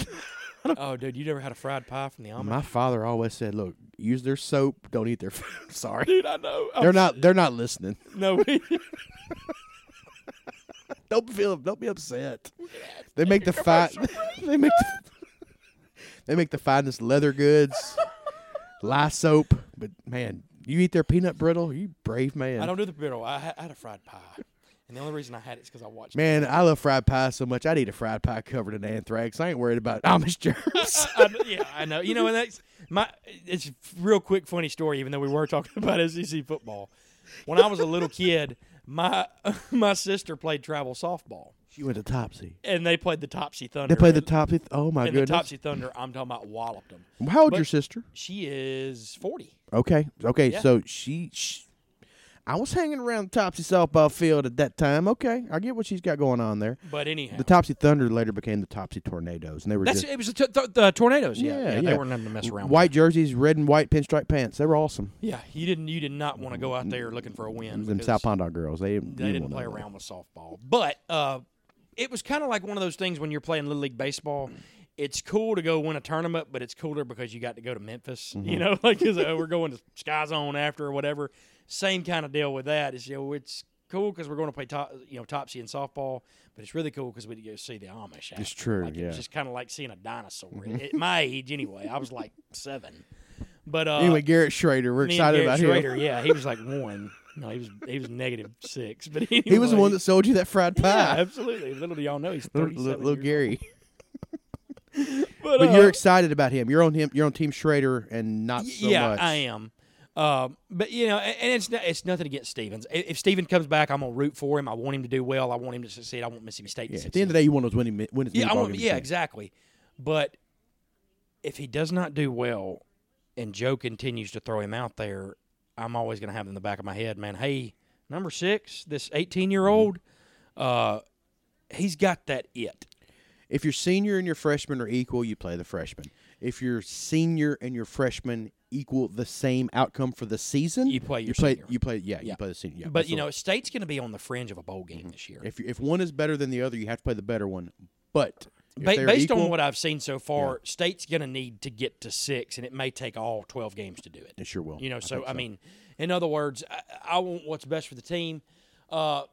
F: Oh, dude, you never had a fried pie from the Amish?
G: My father always said, "Look, use their soap. Don't eat their food." Sorry,
F: Dude, I know.
G: they're not. They're not listening.
F: No,
G: Don't feel. Don't be upset. They make the fight. They make. The, They make the finest leather goods, lye soap. But man, you eat their peanut brittle. You brave man.
F: I don't do the brittle. I, ha- I had a fried pie, and the only reason I had it is because I watched.
G: Man, I love fried pie so much. I'd eat a fried pie covered in anthrax. I ain't worried about Amish germs.
F: I, I- yeah, I know. You know, and that's my. It's a real quick, funny story. Even though we were talking about SEC football, when I was a little kid, my my sister played travel softball,
G: she went to Topsy.
F: and they played the Topsy Thunder.
G: They play the
F: and-
G: Topsy. Oh my
F: and the
G: goodness.
F: Topsy Thunder. I'm talking about walloped them.
G: How old
F: but-
G: your sister?
F: She is forty.
G: Okay. Okay.
F: Yeah.
G: So she, sh I was hanging around the Topsy softball field at that time. Okay, I get what she's got going on there.
F: But anyhow,
G: The Topsy Thunder later became the Topsy Tornadoes, and they were
F: that's
G: just
F: it was the, t- th- the tornadoes. Yeah, yeah, they were nothing to mess around. with.
G: White jerseys, red and white pinstripe pants. They were awesome.
F: Yeah, you didn't. You did not want to
G: Mm-hmm.
F: go out there looking for a win.
G: Them
F: because
G: South Pondog girls. They, didn't-
F: They
G: you
F: didn't
G: wanna
F: play
G: know.
F: around with softball, but uh, it was kind of like one of those things when you're playing little league baseball. It's cool to go win a tournament, but it's cooler because you got to go to Memphis. You
G: Mm-hmm.
F: know, like 'cause, uh, we're going to Sky Zone after or whatever. Same kind of deal with that. Is you know, it's cool because we're going to play top, you know topsy and softball, but it's really cool because we go see the Amish. after.
G: true,
F: Like,
G: yeah. Mm-hmm.
F: It's just kind of like seeing a dinosaur. At my age, anyway, I was like seven. But uh,
G: Anyway, Garrett Schrader. We're
F: me and
G: excited
F: Garrett
G: about
F: Schrader,
G: him.
F: Yeah, he was like one. No, he was he was negative six. But anyway,
G: He was the one that sold you that fried
F: yeah,
G: pie.
F: absolutely. Little do y'all know he's
G: Little-
F: thirty
G: little, little Gary.
F: But,
G: But
F: uh,
G: you're excited about him. You're on him. You're on Team Schrader, and not so
F: yeah,
G: much.
F: I am. Um, but you know, a- and it's not, it's nothing against Stevens. I- If Steven comes back, I'm gonna root for him. I want him to do well. I want him to succeed. I want Mississippi State to
G: Yeah, at the
F: succeed.
G: end of the day, you want to win. him- Win as many
F: yeah, I
G: ball
F: want,
G: games as
F: yeah,
G: you can.
F: exactly. But if he does not do well, and Joe continues to throw him out there, I'm always gonna have in the back of my head, man. Hey, number six, this 18 year old, uh, he's got that it.
G: If your senior and your freshman are equal, you play the freshman. If your senior and your freshman equal the same outcome for the season,
F: You play your
G: you play,
F: senior.
G: You play, yeah,
F: Yeah.
G: you play the senior. Yeah,
F: but
G: that's
F: you
G: the-
F: know, State's gonna be on the fringe of a bowl game this year.
G: if you- if one is better than the other, you have to play the better one. But if
F: Ba-
G: they're
F: based
G: equal,
F: on what I've seen so far, State's going to need to get to six, and it may take all twelve games to do it.
G: It sure will.
F: You know,
G: I
F: so
G: think
F: I, mean, in other words, I, I want what's best for the team. Uh,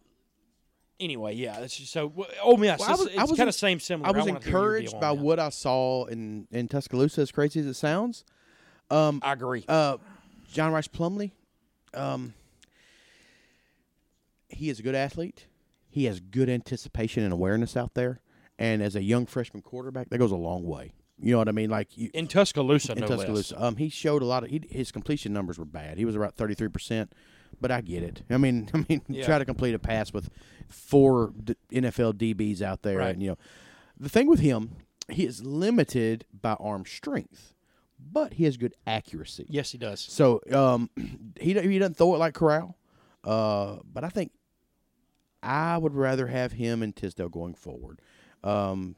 F: anyway, yeah. That's just, so w- Ole Miss,
G: Well, I
F: it's-
G: was- I
F: it's
G: was
F: kind
G: en-
F: of same similar.
G: I was
F: wanna hear your deal
G: encouraged
F: on
G: by
F: that.
G: what I saw in in Tuscaloosa, as crazy as it sounds.
F: I agree.
G: Uh, John Rice Plumley, um, he is a good athlete. He has good anticipation and awareness out there, and as a young freshman quarterback, that goes a long way. You know what I mean? Like you,
F: in Tuscaloosa,
G: in
F: no
G: Tuscaloosa, um, he showed a lot of he, his completion numbers were bad. He was about thirty three percent, but I get it. I mean, I mean,
F: Yeah.
G: try to complete a pass with four d- NFL DBs out there,
F: Right.
G: and you know, the thing with him, he is limited by arm strength, but he has good accuracy.
F: less. Yes, he does.
G: So um, he don't- he doesn't throw it like Corral, uh, but I think I would rather have him and Tisdale going forward, um,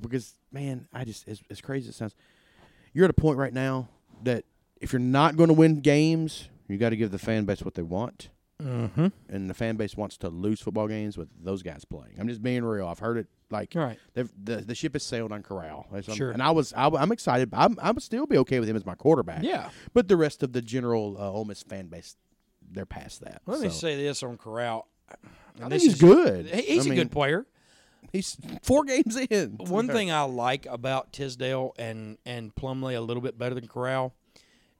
G: because man, I just as, as crazy as it sounds, you're at a point right now that if you're not going to win games, you got to give the fan base what they want, mm-hmm. and the fan base wants to lose football games with those guys playing. I'm just being real. I've heard it like
F: Right.
G: they've- the the ship has sailed on Corral, That's what I'm-
F: Sure.
G: and I was I, am excited. I'm I would still be okay with him as my quarterback.
F: Yeah.
G: But the rest of the general uh, Ole Miss fan base, they're past that.
F: Let me
G: So,
F: say this on Corral.
G: I
F: this
G: think he's
F: is-
G: good.
F: He- He's
G: I
F: a
G: mean,
F: good player.
G: He's four games in.
F: One thing I like about Tisdale and and Plumley a little bit better than Corral,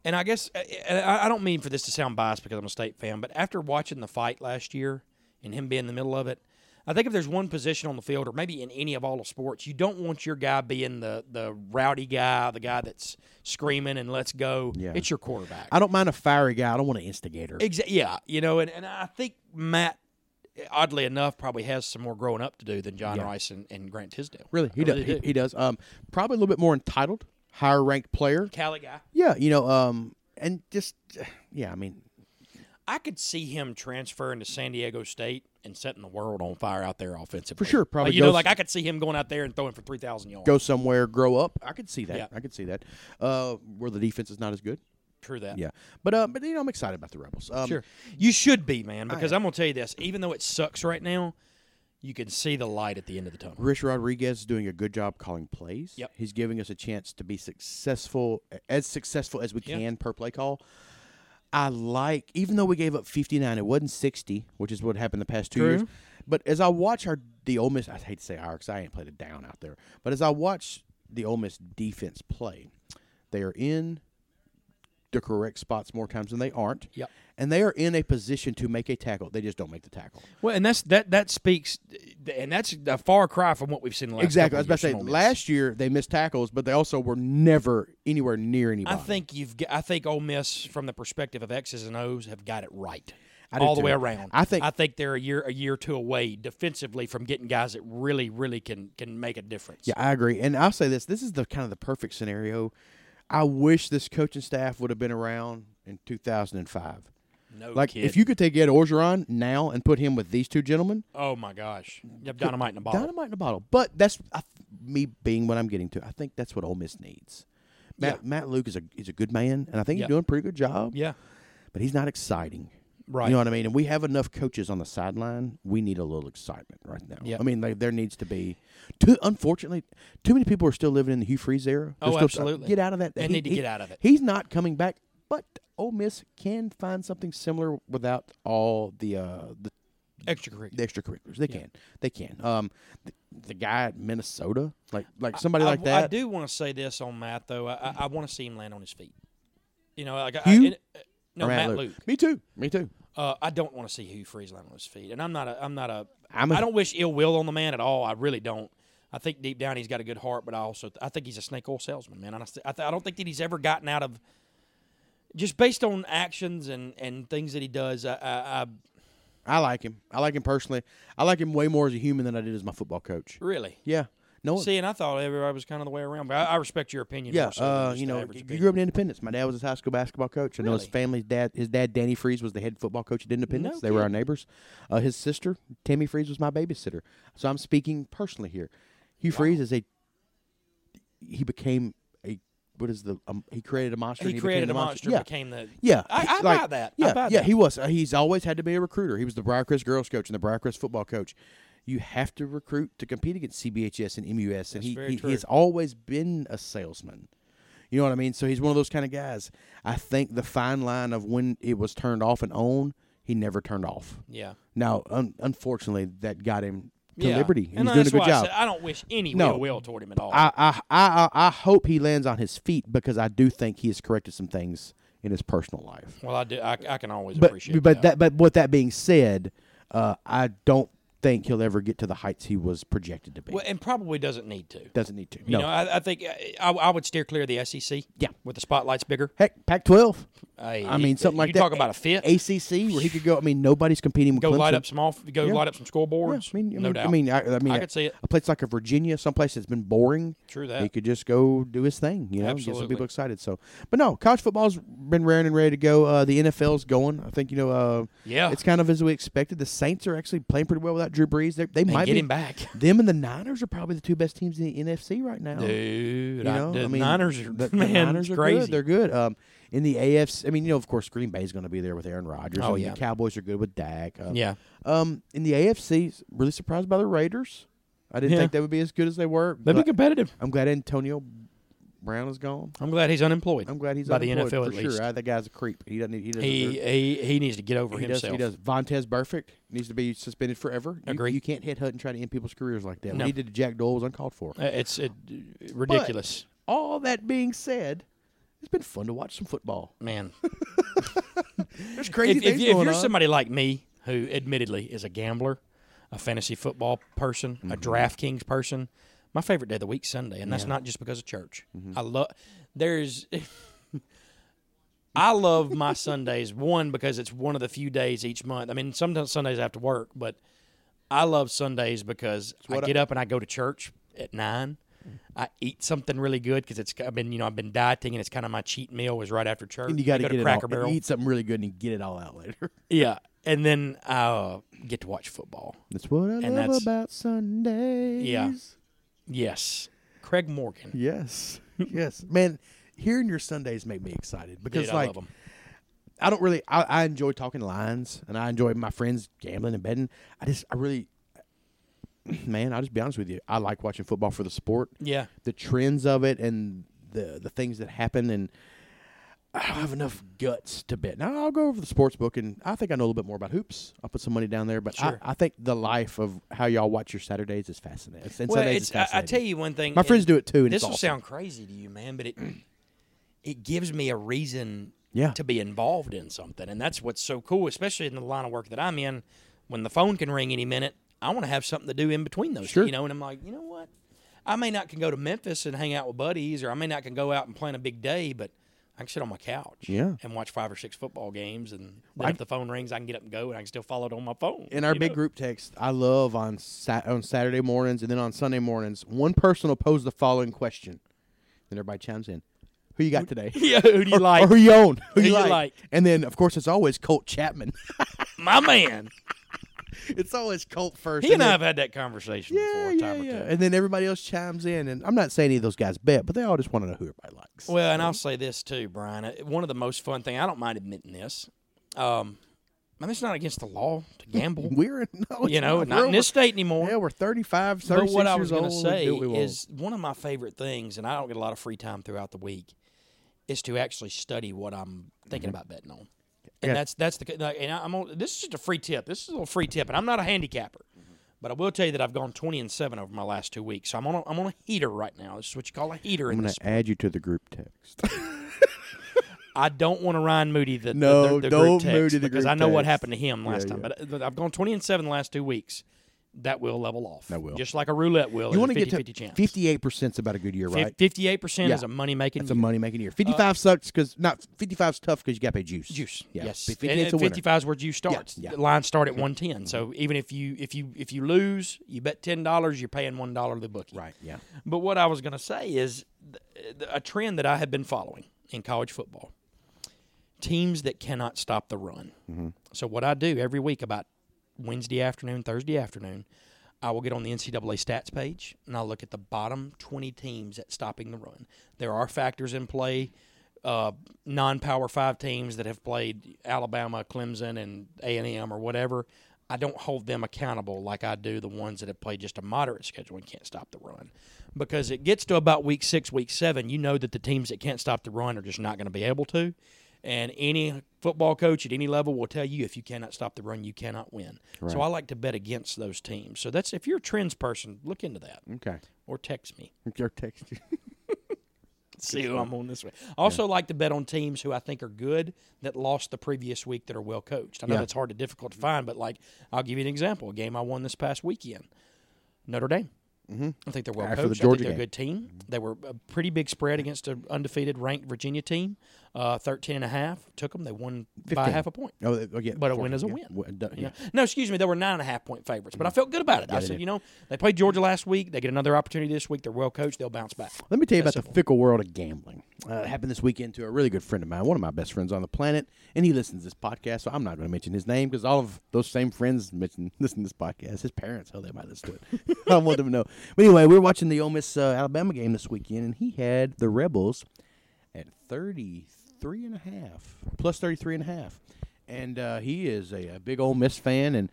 F: and I guess eh, and I I don't mean for this to sound biased because I'm a state fan, but after watching the fight last year and him being in the middle of it, I think if there's one position on the field or maybe in any of all the sports, you don't want your guy being the the rowdy guy, the guy that's screaming and let's go.
G: Yeah.
F: It's your quarterback.
G: I don't mind a fiery guy. I don't want an instigator.
F: Exactly. Yeah, you know, and, and I think Matt, oddly enough, probably has some more growing up to do than John Rice and, and Grant Tisdale.
G: really, he
F: I
G: does. He,
F: do.
G: he does. Um, probably a little bit more entitled, higher ranked player.
F: Cali guy.
G: Yeah, you know. Um, and just yeah, I mean,
F: I could see him transferring to San Diego State and setting the world on fire out there offensively.
G: For sure,
F: Like,
G: probably
F: you know,
G: goes-
F: like I could see him going out there and throwing for three thousand yards.
G: go somewhere, grow up. I could see that.
F: Yeah.
G: I could see that. Uh, where the defense is not as good.
F: True that.
G: Yeah, but uh, but you know, I'm excited about the Rebels. Um,
F: Sure. You should be, man, because I'm gonna tell you this. Even though it sucks right now, you can see the light at the end of the tunnel.
G: Rich Rodriguez is doing a good job calling plays.
F: Yep.
G: He's giving us a chance to be successful, as successful as we
F: Yeah.
G: can per play call. I like, even though we gave up 59, it wasn't 60, which is what happened the past two years. But as I watch our the Ole Miss, I hate to say our because I ain't played it down out there. But as I watch the Ole Miss defense play. They are in the correct spots more times than they aren't.
F: Yep.
G: And they are in a position to make a tackle. They just don't make the tackle.
F: Well, and that's that that speaks, and that's a far cry from what we've seen the last.
G: Exactly. I
F: couple
G: was
F: of
G: about to
F: years
G: say
F: from Ole Miss.
G: last year they missed tackles, but they also were never anywhere near anybody.
F: I think you've. Got, I think Ole Miss, from the perspective of X's and O's, have got it right.
G: I do
F: All the way
G: too.
F: around,
G: I think-
F: I think they're a year, a year or two away defensively from getting guys that really, really can can make a difference.
G: Yeah, I agree. And I'll say this: this is the kind of the perfect scenario. I wish this coaching staff would have been around in 2005.
F: no
G: Like,
F: kid.
G: if you could take Ed Orgeron now and put him with these two gentlemen,
F: oh my gosh, you have dynamite in a bottle.
G: dynamite in a bottle. But that's I, me being what I'm getting to. I think that's what Ole Miss needs. Matt, Matt Luke is a he's a good man, and I think
F: Yeah.
G: he's doing a pretty good job.
F: Yeah,
G: but he's not exciting.
F: Right.
G: You know what I mean? And we have enough coaches on the sideline. We need a little excitement right now.
F: Yep.
G: I mean, like, there needs to be. Too, unfortunately, too many people are still living in the Hugh Freeze era.
F: Oh,
G: They're still-
F: absolutely.
G: Get out of that.
F: They need to get out of it.
G: He's not coming back, but Ole Miss can find something similar without all the uh, the,
F: extracurricular.
G: the extracurriculars. They can. They can. Um, the, the guy at Minnesota, like like somebody like
F: I,
G: that.
F: I do want to say this on Matt though. I, I, I want to see him land on his feet. You know, like I,
G: Hugh?
F: and- uh, no
G: or
F: Matt Luke.
G: Me too. Me too.
F: Uh, I don't want to see Hugh Freeze land on his feet, and I'm not a. I'm not a. I'm
G: I'm
F: a
G: a-
F: I am not ai do not wish ill will on the man at all. I really don't. I think deep down he's got a good heart, but I also I think he's a snake oil salesman, man. And I, st- I, th- I don't think that he's ever gotten out of just based on actions and and things that he does. I, I, I
G: I like him. I like him personally. I like him way more as a human than I did as my football coach.
F: really.
G: Yeah. No.
F: See, and I thought everybody was kind of the way around, but I, I respect your opinion.
G: yeah.
F: more so than
G: uh,
F: just
G: you
F: the
G: know,
F: average
G: you
F: opinion.
G: grew up in Independence. My dad was his high school basketball coach. I know his
F: Really?
G: family's dad. His dad, Danny Freeze, was the head football coach at Independence.
F: No
G: they were our neighbors. Uh, his sister, Tammy Freeze, was my babysitter. So I'm speaking personally here. Hugh Freeze is a. He became a. What is the? Um, he created a monster. and
F: he created
G: became
F: a
G: the
F: monster,
G: Yeah.
F: became the
G: Yeah,
F: I, I
G: he- like-
F: buy that.
G: Yeah,
F: I buy
G: yeah,
F: that.
G: he was. Uh, He's always had to be a recruiter. He was the Briarcrest girls coach and the Briarcrest football coach. You have to recruit to compete against CBHS and MUS, and he,
F: very
G: he,
F: true.
G: he has always been a salesman. You know what I mean? So he's one of those kind of guys. I think the fine line of when it was turned off and on, he never turned off.
F: yeah.
G: Now, un- unfortunately, that got him to
F: Yeah.
G: Liberty,
F: And
G: and, he's doing a
F: that's
G: good
F: why I,
G: job.
F: said I don't wish any
G: No.
F: ill will toward him at all.
G: I, I, I, I I hope he lands on his feet because I do think he has corrected some things in his personal life.
F: well, I do. I, I can always
G: but,
F: appreciate
G: but
F: that.
G: that. but what that being said, uh, I don't think he'll ever get to the heights he was projected to be.
F: Well, and probably doesn't need to.
G: Doesn't need to.
F: You
G: No.
F: know, I, I think uh, I, I- I would steer clear of the SEC.
G: Yeah.
F: with the spotlight's bigger.
G: Heck, Pac-12.
F: Hey,
G: I mean, something like
F: you
G: that.
F: talk about a fit.
G: ACC where he could go. I mean, nobody's competing with
F: go
G: Clemson.
F: light up some off. Go
G: Yeah.
F: light up some
G: Yeah,
F: scoreboards.
G: I mean, I
F: no
G: mean,
F: doubt.
G: I mean, I, I mean,
F: I could see it.
G: A place like a Virginia, someplace that's been boring.
F: True that.
G: He could just go do his thing, you know, and get some
F: Absolutely.
G: people excited. So, but no, college football's been raring and ready to go. Uh, the NFL's going. I think you know. Uh,
F: Yeah.
G: it's kind of as we expected. The Saints are actually playing pretty well without Drew Brees. They, they
F: And
G: might
F: get
G: be,
F: him back.
G: Them and the Niners are probably the two best teams in the NFC right now.
F: Dude,
G: You
F: I-
G: know,
F: the
G: I mean,
F: Niners are
G: the, the
F: man,
G: Niners
F: it's
G: are
F: crazy.
G: good. They're good. Um, in the AFC, I mean, you know, of course, Green Bay's going to be there with Aaron Rodgers.
F: Oh,
G: I mean,
F: yeah.
G: the Cowboys are good with Dak. Uh,
F: Yeah.
G: Um, in the AFC, really surprised by the Raiders. I didn't
F: Yeah.
G: think they would be as good as they were.
F: They'll be
G: Gla-
F: competitive.
G: I'm glad Antonio Brown is gone.
F: I'm glad he's unemployed.
G: I'm glad he's
F: by
G: unemployed
F: the NFL
G: for
F: at least.
G: sure. I, that guy's a creep. He doesn't. He doesn't.
F: He, he he needs to get over
G: he does.
F: himself.
G: He does. Vontez Burfict needs to be suspended forever. You-
F: Agree.
G: You, can't hit hut and try to end people's careers like that.
F: No.
G: What he did to Jack Doyle was uncalled for.
F: Uh, It's it, ridiculous,
G: All that being said, it's been fun to watch some football.
F: man.
G: There's
F: if,
G: crazy
F: if-
G: things
F: if
G: going
F: you're
G: on.
F: somebody like me who admittedly is a gambler a fantasy football person a
G: Mm-hmm.
F: draftkings person my favorite day of the week sunday and that's not just because of church
G: Mm-hmm.
F: i love there's i love my sundays one because it's one of the few days each month i mean sometimes sundays i have to work but i love sundays because i
G: what I- Mm-hmm.
F: get up and i go to church at nine I eat something really good because it's. I've been, you know, I've been dieting, and it's kind of my cheat meal is right after church.
G: and you got
F: I
G: to
F: go
G: get it
F: Cracker
G: all.
F: Barrel.
G: You eat something really good and you get it all out later.
F: Yeah, and then I uh, get to watch football.
G: That's what I
F: And
G: love
F: that's-
G: about Sundays.
F: Yes, Craig Morgan.
G: Yes. yes. Man, hearing your Sundays make me excited because
F: Dude, I
G: like
F: love him.
G: I don't really I, I enjoy talking lines and I enjoy my friends gambling and betting. I just I really man, I'll just be honest with you. I like watching football for the sport.
F: Yeah.
G: The trends of it and the the things that happen and I don't have enough guts to bet. Now I'll go over the sports book, and I think I know a little bit more about hoops. I'll put some money down there, but
F: Sure.
G: I, I think the life of how y'all watch your Saturdays is fascinating. And
F: well,
G: Sundays is
F: it's, I, I
G: fascinating.
F: tell you one thing.
G: My
F: and
G: friends do it too, and
F: this
G: it's
F: will
G: awesome.
F: sound crazy to you, man, but it it gives me a reason
G: Yeah.
F: to be involved in something, and that's what's so cool, especially in the line of work that I'm in. When the phone can ring any minute, I want to have something to do in between those.
G: Sure.
F: You know, and I'm like, you know what? I may not can go to Memphis and hang out with buddies, or I may not can go out and plan a big day, but I can sit on my couch
G: Yeah.
F: and watch five or six football games, and then if the phone rings, I can get up and go, and I can still follow it on my phone.
G: in our
F: you
G: big
F: know?
G: group text, I love on sat- on Saturday mornings and then on Sunday mornings, one person will pose the following question. Then everybody chimes in. Who you got today?
F: Yeah, who do you like?
G: Or who you own?
F: Who
G: Who, you,
F: you
G: like?
F: like?
G: And then, of course, it's always Colt Chapman.
F: my man.
G: it's always Colt first.
F: He and
G: then-
F: I have had that conversation before
G: yeah,
F: a
G: yeah,
F: time
G: yeah.
F: or two.
G: And then everybody else chimes in. And I'm not saying any of those guys bet, but they all just want to know who everybody likes.
F: Well, and I'll say this too, Brian. Uh, One of the most fun thing I don't mind admitting this. Um, I mean, it's not against the law to gamble.
G: We're in, no, it's
F: you know,
G: not,
F: not
G: We're
F: in this
G: over-
F: state anymore.
G: Yeah, we're 35, 36
F: but what I was
G: years
F: going to
G: old. We
F: say
G: do what we want.
F: is one of my favorite things, and I don't get a lot of free time throughout the week, is to actually study what I'm thinking about betting on. And
G: Mm-hmm. Yeah.
F: that's that's the like, and I- I'm on, this is just a free tip. This is a little free tip, and I'm not a handicapper,
G: Mm-hmm.
F: but I will tell you that I've gone 20 and seven over my last two weeks. So I'm on a, I'm on a heater right now. This is what you call a heater
G: I'm
F: in
G: going
F: this.
G: to add you to the group text.
F: I don't want to Ryan Moody the the-
G: No,
F: the, the
G: don't
F: group text
G: Moody the
F: because
G: group
F: I know what
G: text.
F: happened to him last
G: Yeah,
F: time.
G: yeah.
F: But But uh, I've gone 20 and seven the last two weeks. That will level off.
G: That will.
F: just like a roulette will.
G: you
F: want to
G: get to
F: 50 chance.
G: 58 percent is about a good year, right?
F: Fifty-eight percent is
G: Yeah.
F: a money making
G: It's a money making year.
F: Uh,
G: 55 sucks because not 55's tough because you got to pay juice.
F: juice.
G: Yeah.
F: Yes,
G: But
F: and,
G: 58's a
F: and
G: winner.
F: fifty-five is where juice starts.
G: yeah. Mm-hmm.
F: The lines start at one ten. So even if you if you if you lose, you bet ten dollars, you're paying one dollar to the bookie.
G: Right. Yeah.
F: But what I was going to say is th- th- a trend that I have been following in college football teams that cannot stop the run.
G: Mm-hmm.
F: So, what I do every week about Wednesday afternoon, Thursday afternoon, I will get on the NCAA stats page and I'll look at the bottom 20 teams at stopping the run. There are factors in play. Uh, non-power five teams that have played Alabama, Clemson, and A and M or whatever, I don't hold them accountable like I do the ones that have played just a moderate schedule and can't stop the run, because it gets to about week six, week seven, you know that the teams that can't stop the run are just not going to be able to, and any football coach at any level will tell you if you cannot stop the run, you cannot win. So I like to bet against those teams. So that's if you're a trends person, look into that
G: Okay.
F: or text me.
G: Your text.
F: See who I'm on this way. I also like to bet on teams who I think are good that lost the previous week that are well coached. I know
G: Yeah.
F: that's hard to difficult to find, but like I'll give you an example. A game I won this past weekend, Notre Dame. Mm-hmm. I think they're well
G: After the
F: coached.
G: Georgia
F: I think they're a
G: game. Mm-hmm.
F: good team. They were a pretty big spread against an undefeated ranked Virginia team, uh, 13 and a half. Took them. They won by
G: 15.
F: half a point.
G: Oh, uh, yeah,
F: But a win
G: 14,
F: is a
G: yeah.
F: win.
G: Well, duh,
F: You
G: yeah. Mm-hmm.
F: know? No, excuse me. They were nine and a half point favorites, but I felt good about it. I
G: they
F: said,
G: did.
F: you know, they played Georgia last week. They get another opportunity this week. They're well coached. They'll bounce back.
G: Let me tell you
F: That's
G: about the fickle world of gambling. Uh, it happened this weekend to a really good friend of mine, one of my best friends on the planet, and he listens to this podcast. So I'm not going to mention his name because all of those same friends mention listen to this podcast. His parents, hell, they might listen to it. I want them to know. But anyway, we were watching the Ole Miss uh, Alabama game this weekend, and he had the Rebels at 33 and a half, plus 33 and a half. And uh, he is a, a big Ole Miss fan, and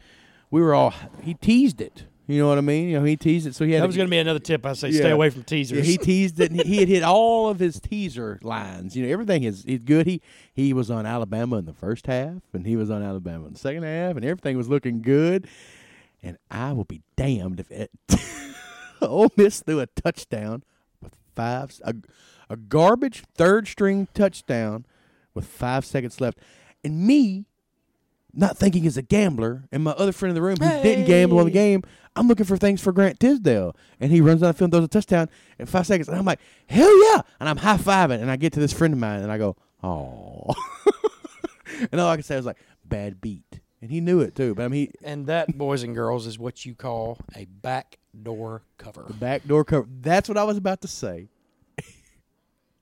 G: we were all, he teased it. You know what I mean? You know, he teased it. So he had
F: That was
G: to
F: going to be another tip. I say stay
G: Yeah.
F: away from teasers.
G: Yeah, he teased it. And he had hit all of his teaser lines. You know, everything is, is good. He he was on Alabama in the first half, and he was on Alabama in the second half, and everything was looking good. And I will be damned if it Ole Miss threw a touchdown with five a, a garbage third string touchdown with five seconds left, and me. Not thinking as a gambler, and my other friend in the room who didn't gamble on the game, I'm looking for things for Grant Tisdale, and he runs down the field, and throws a touchdown in five seconds, and I'm like, hell yeah! And I'm high fiving, and I get to this friend of mine, and I go, oh, and all I can say was like, bad beat, and he knew it too. But I mean, he,
F: And that, boys and girls, is what you call a backdoor cover.
G: Backdoor cover. That's what I was about to say.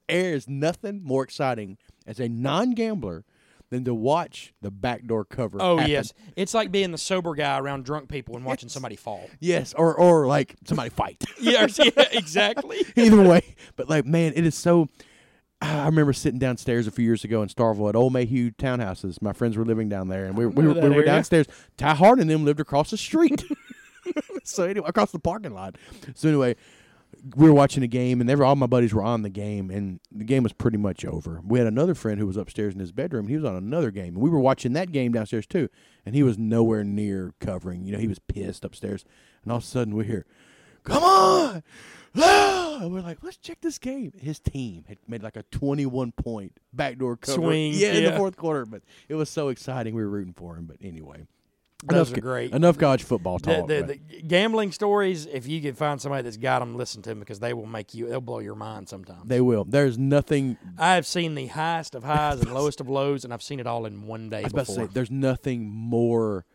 G: there is nothing more exciting as a non-gambler than to watch the backdoor cover.
F: Oh
G: happen.
F: yes, it's like being the sober guy around drunk people and watching somebody fall.
G: yes, or or like somebody fight.
F: yes, yeah, exactly.
G: Either way, but like man, it is so. I remember sitting downstairs a few years ago in Starville at Old Mayhew Townhouses. My friends were living down there, and we we, were-
F: that
G: we were
F: area.
G: downstairs. Ty Hard and them lived across the street. so anyway, across the parking lot. So anyway, we were watching a game, and they were, all my buddies were on the game, and the game was pretty much over. We had another friend who was upstairs in his bedroom, and he was on another game, and we were watching that game downstairs too, and he was nowhere near covering. You know, he was pissed upstairs, and all of a sudden we hear, "Come on!" Ah!" And we're like, "Let's check this game." His team had made like a twenty-one point backdoor cover,
F: Swing,
G: yeah, in
F: yeah.
G: the fourth quarter, but it was so exciting. We were rooting for him, but anyway,
F: Those
G: enough,
F: are great.
G: Enough college football
F: The,
G: talk.
F: the,
G: but-
F: the gambling stories, if you can find somebody that's got them, listen to them because they will make you, they'll blow your mind sometimes.
G: they will. There's nothing
F: I have seen the highest of highs and lowest of lows, and I've seen it all in one day
G: I was about to say,
F: before.
G: there's nothing more.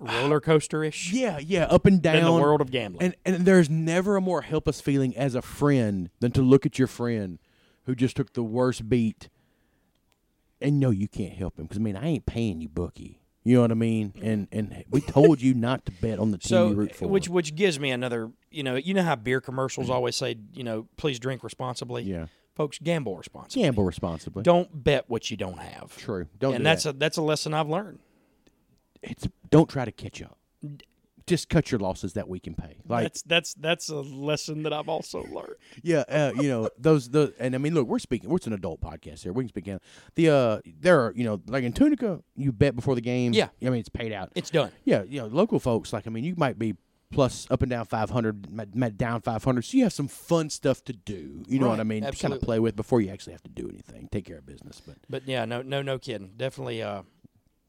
F: Roller coaster ish.
G: Yeah, yeah, up and down
F: In the world of gambling.
G: And and there's never a more helpless feeling as a friend than to look at your friend who just took the worst beat, and no, you can't help him because I mean I ain't paying you, bookie. You know what I mean? And and we told you not to bet on the team you
F: so, eh,
G: root for. Mm.
F: which which gives me another, you know, you know how beer commercials always say, you know, please drink responsibly.
G: Yeah.
F: folks, gamble responsibly.
G: gamble responsibly.
F: Don't bet what you don't have.
G: True. Don't.
F: and
G: do
F: that's
G: that.
F: a that's a lesson I've learned.
G: it's don't try to catch up. Just cut your losses that we can pay. Like
F: that's that's that's a lesson that I've also learned.
G: Yeah, uh, you know those the and I mean look, we're speaking. It's an adult podcast here. We can speak in the uh there are you know like in Tunica, you bet before the game.
F: Yeah.
G: I mean it's paid out.
F: It's done.
G: yeah, you know local folks like I mean you might be plus up and down five hundred, ma- ma- down five hundred. So you have some fun stuff to do. You know what
F: Right,
G: I mean? To kind of
F: absolutely.
G: play with before you actually have to do anything. Take care of business, but
F: But yeah, no no no kidding. Definitely. Uh,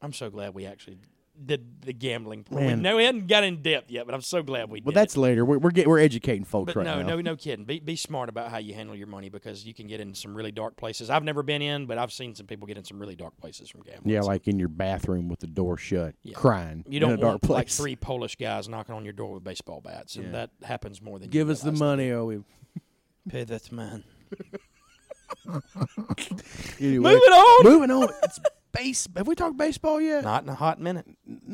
F: I'm so glad we actually did the gambling. part. We,
G: Man.
F: no, we hadn't got in depth yet, but I'm so glad we did.
G: well
F: it.
G: that's later. We're we're, get, we're educating folks
F: But
G: right
F: no,
G: now.
F: no, no kidding. Be be smart about how you handle your money because you can get in some really dark places. I've never been in, but I've seen some people get in some really dark places from gambling.
G: Yeah,
F: So
G: like in your bathroom with the door shut,
F: Yeah.
G: crying.
F: you don't
G: in a dark
F: want
G: place.
F: like three Polish guys knocking on your door with baseball bats, and that happens more than
G: Give
F: you
G: us the
F: realize.
G: money, or we.
F: Pay that man.
G: Anyway,
F: Moving on.
G: Moving on. It's base. Have we talked baseball yet?
F: Not in a hot minute.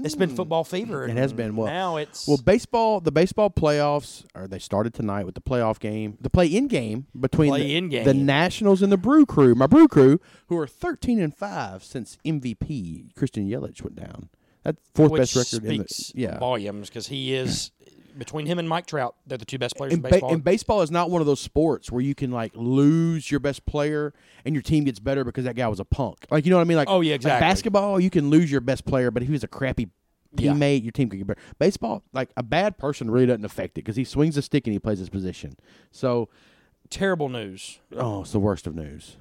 F: It's been football fever.
G: It
F: and
G: has been. Well,
F: now it's
G: Well, baseball. The baseball playoffs are they started tonight with the playoff game, the play-in game between
F: Play-in
G: the,
F: game.
G: the Nationals and the Brew Crew. My Brew Crew, who are thirteen and five since MVP Christian Yelich went down. That's fourth
F: which
G: best record in
F: speaks
G: the yeah.
F: volumes because he is between him and Mike Trout, they're the two best players
G: and,
F: in
G: ba-
F: baseball.
G: and baseball is not one of those sports where you can like lose your best player and your team gets better because that guy was a punk. Like you know what I mean? Like
F: Oh, yeah,
G: like
F: exactly.
G: basketball, you can lose your best player, but if he was a crappy
F: Yeah.
G: teammate, your team could get better. Baseball, like a bad person really doesn't affect it because he swings a stick and he plays his position. So
F: Terrible news.
G: oh, it's the worst of news.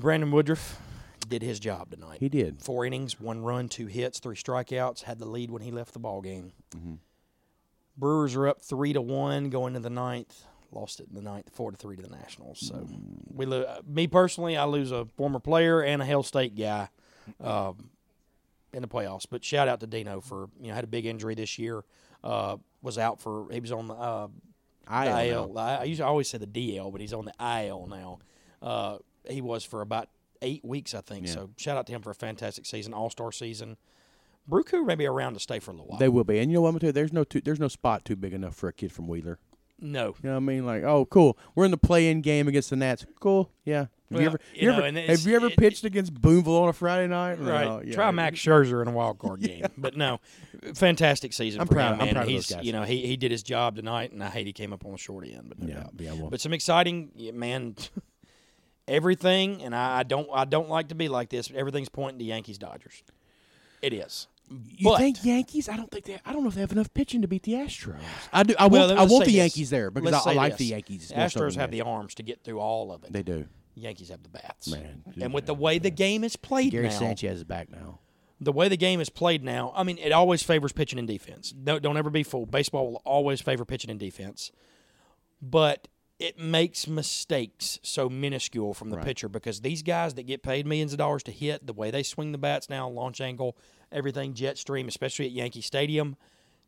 F: Brandon Woodruff did his job tonight.
G: He did.
F: four innings, one run, two hits, three strikeouts. Had the lead when he left the ball game.
G: Mm-hmm.
F: Brewers are up three to one going to the ninth. Lost it in the ninth, four to three to the Nationals. So
G: Mm.
F: we, lo- uh, me personally, I lose a former player and a Hell State guy um, in the playoffs. But shout out to Dino for you know had a big injury this year. Uh, was out for he was on the uh,
G: I
F: IL. I, uh, I usually always say the DL, but he's on the IL now. Uh, he was for about eight weeks, I think. So shout out to him for a fantastic season, All Star season. Bruku may be around to stay for a little while.
G: They will be, and you know what I'm gonna tell you? There's no too, there's no spot too big enough for a kid from Wheeler.
F: no,
G: You know what I mean? Like, oh, cool. We're in the play-in game against the Nats. Cool. Yeah. Have
F: Well,
G: you ever,
F: you
G: you
F: know,
G: ever-
F: and it's-
G: have you ever
F: it-
G: pitched against Boonville on a Friday night?
F: right?
G: No, yeah.
F: Try Max Scherzer in a wild card game, but no, fantastic season.
G: I'm
F: for
G: proud-
F: Him,
G: I'm
F: and
G: proud of
F: he's,
G: those guys.
F: You know, he, he did his job tonight, and I hate he came up on the short end, but no
G: Yeah,
F: doubt.
G: yeah, well.
F: But some exciting, yeah, man. everything, and I, I don't, I don't like to be like this. But everything's pointing to Yankees Dodgers. It is.
G: You
F: but-
G: think Yankees? I don't think they. I don't know if they have enough pitching to beat the Astros. I do. I want.
F: let-
G: I
F: let's
G: want
F: say this.
G: the Yankees there because
F: Let's
G: I, I
F: say
G: like
F: this.
G: the Yankees.
F: The
G: more so
F: Astros
G: than
F: have the arms to get through all of it.
G: They do.
F: Yankees have the bats.
G: Man, dude,
F: and with the way the game is played
G: Gary
F: now,
G: Sanchez is back now.
F: the way the game is played now, I mean, it always favors pitching and defense. No, don't ever be fooled. Baseball will always favor pitching and defense, but it makes mistakes so minuscule from the pitcher because these guys that get paid millions of dollars to hit, the way they swing the bats now, launch angle, everything, jet stream, especially at Yankee Stadium.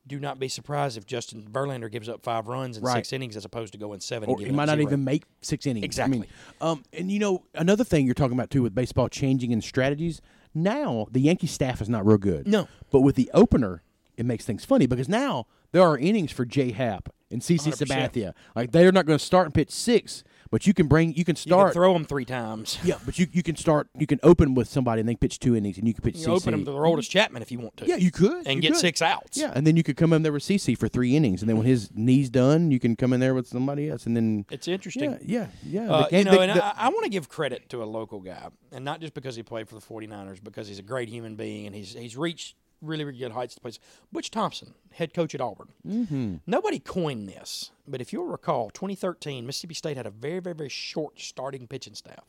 F: Do not be surprised if Justin Verlander gives up five runs in
G: Right.
F: six innings as opposed to going seven.
G: Or
F: and
G: he
F: giving
G: might
F: up
G: not
F: zero.
G: even make six innings. I mean,
F: Exactly.
G: um, and you know another thing you're talking about too with baseball changing in strategies. Now the Yankee staff is not real good.
F: No.
G: but with the opener, it makes things funny because now there are innings for J. Happ and CC
F: 100%.
G: Sabathia. Like they are not going to start and pitch six. But you can bring you can
F: You can
G: start
F: throw them three times.
G: Yeah, but you, you can start you can open with somebody and then pitch two innings and you can pitch
F: You
G: CC.
F: can open them to the oldest Chapman if you want to.
G: yeah, you could
F: and
G: you
F: get
G: could.
F: six outs.
G: Yeah, and then you could come in there with CC for three innings, and then when his knee's done, you can come in there with somebody else, and then
F: It's interesting.
G: yeah, yeah, yeah.
F: Uh,
G: The
F: you
G: game-
F: know,
G: the-
F: and
G: the-
F: I, I want to give credit to a local guy, and not just because he played for the 49ers, because he's a great human being and he's he's reached really, really good heights to place. Butch Thompson, head coach at Auburn. Mm-hmm. Nobody coined this, but if you'll recall, 2013, Mississippi State had a very, very, very short starting pitching staff.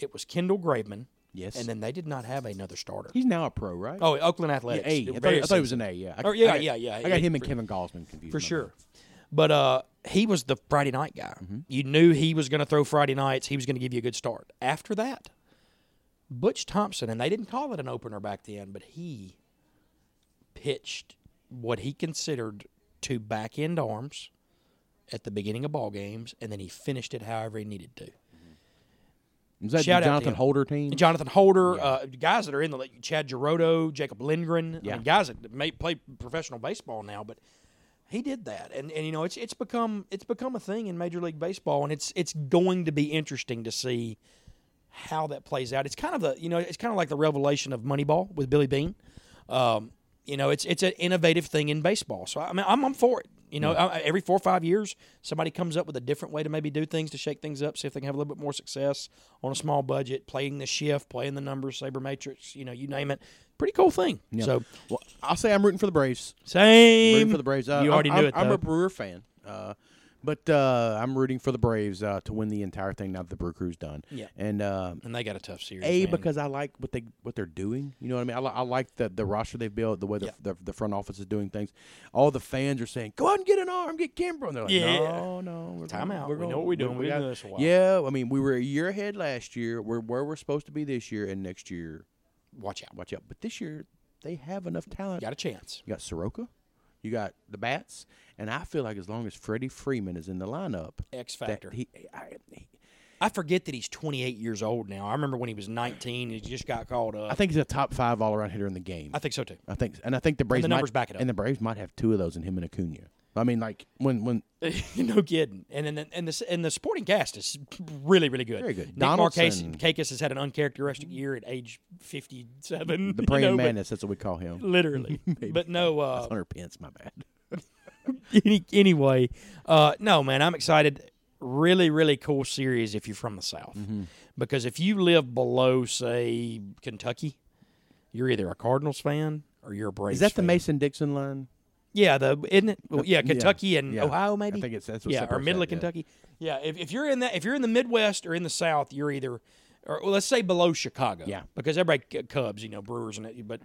F: It was Kendall Graveman.
G: Yes.
F: And then they did not have another starter.
G: he's now a pro, right?
F: Oh, Oakland Athletics.
G: A. I
F: It
G: thought,
F: very
G: I thought it was
F: simple.
G: an A. Yeah, I,
F: Oh, yeah,
G: I got-
F: yeah, yeah,
G: I
F: yeah,
G: got him and
F: for-
G: Kevin Gosman confused
F: for
G: my
F: sure.
G: bad.
F: But uh, he was the Friday night guy. You knew he was going to throw Friday nights. He was going to give you a good start. After that, Butch Thompson, and they didn't call it an opener back then, but he pitched what he considered two back end arms at the beginning of ball games, and then he finished it however he needed to.
G: Is that
F: Shout out
G: the
F: to
G: Jonathan
F: him.
G: Holder team?
F: Jonathan Holder, uh, guys that are in the league, Chad Gerodo, Jacob Lindgren, I
G: Yeah.
F: mean, guys that may play professional baseball now, but he did that, and and you know it's it's become it's become a thing in Major League Baseball, and it's it's going to be interesting to see how that plays out. It's kind of the you know it's kind of like the revelation of Moneyball with Billy Bean. Um, you know, it's it's an innovative thing in baseball. So I mean, I'm, I'm for it. You know, I, every four or five years, somebody comes up with a different way to maybe do things to shake things up, see if they can have a little bit more success on a small budget, playing the shift, playing the numbers, saber matrix. You know, you name it. Pretty cool thing.
G: Yeah.
F: So
G: Well, I'll say I'm rooting for the Braves.
F: same
G: rooting for the Braves. Uh,
F: you
G: I'm-
F: already
G: I'm,
F: knew it.
G: I'm
F: though.
G: a Brewer fan, uh, but uh, I'm rooting for the Braves uh, to win the entire thing now that the Brew Crew's done.
F: Yeah.
G: and uh,
F: and they got a tough series.
G: a
F: man.
G: because I like what they what they're doing. You know what I mean? I, li- I like the the roster they've built, the way the,
F: Yeah.
G: the the front office is doing things. All the fans are saying, "Go out and get an arm, get Kimbrel." And they're like,
F: Yeah.
G: "No, no, we're
F: Time
G: gonna-
F: out.
G: We're
F: We know
G: gonna-
F: what we're doing. We've
G: got-
F: done this a while."
G: Yeah, I mean, we were a year ahead last year. We're where we're supposed to be this year and next year.
F: watch out,
G: Watch out! But this year they have enough talent.
F: got a chance.
G: You got Soroka, you got the bats, and I feel like as long as Freddie Freeman is in the lineup,
F: X
G: that
F: factor.
G: he, I, he-
F: I forget that he's 28 years old now. I remember when he was 19, he just got called up.
G: I think he's a top five all around hitter in the game.
F: I think so too.
G: I think, and I think the Braves
F: numbers
G: might,
F: back it up.
G: And the Braves might have two of those in him and Acuna. I mean, like when when
F: no kidding. And then and the and the supporting cast is really really good.
G: Very good.
F: Nick Marcus
G: Donaldson.
F: Kakis has had an uncharacteristic year at age 57.
G: the
F: you
G: praying
F: know, but
G: madness, that's what we call him.
F: Literally, but no. Uh,
G: Hundred pence, my bad.
F: any, anyway, uh, no man, I'm excited. Really, really cool series if you're from the South,
G: Mm-hmm.
F: because if you live below, say, Kentucky, you're either a Cardinals fan or you're a Braves.
G: Is that the
F: fan.
G: Mason Dixon line?
F: Yeah, the isn't it? Well, yeah, Kentucky and
G: yeah.
F: Ohio,
G: I
F: maybe.
G: think it's- that's what
F: yeah, or
G: separates
F: middle of
G: that, yeah.
F: Kentucky. Yeah, if, if you're in that, if you're in the Midwest or in the South, you're either, or well, let's say below Chicago.
G: Yeah.
F: because everybody c- Cubs, you know, Brewers and it, but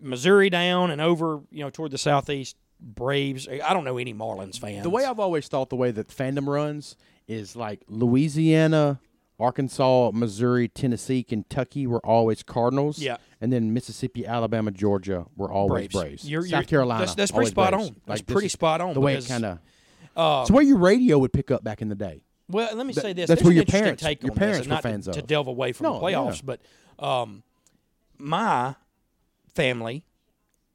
F: Missouri down and over, you know, toward the southeast, Braves. I don't know any Marlins fans.
G: The way I've always thought the way that fandom runs is like Louisiana, Arkansas, Missouri, Tennessee, Kentucky were always Cardinals.
F: Yeah.
G: And then Mississippi, Alabama, Georgia were always Braves.
F: You're-
G: South
F: you're-
G: Carolina.
F: That's, that's pretty
G: always
F: spot
G: Braves.
F: on. That's
G: Like, this
F: pretty
G: is
F: spot on.
G: The way it
F: because- uh,
G: kind of. it's where your radio would pick up back in the day.
F: Well, let me say this.
G: that's
F: There's
G: where
F: an
G: your
F: interesting
G: parents-
F: take
G: your
F: on this,
G: parents
F: and
G: were
F: not to-
G: fans
F: to,
G: of.
F: delve away from the
G: No,
F: playoffs, but um, my family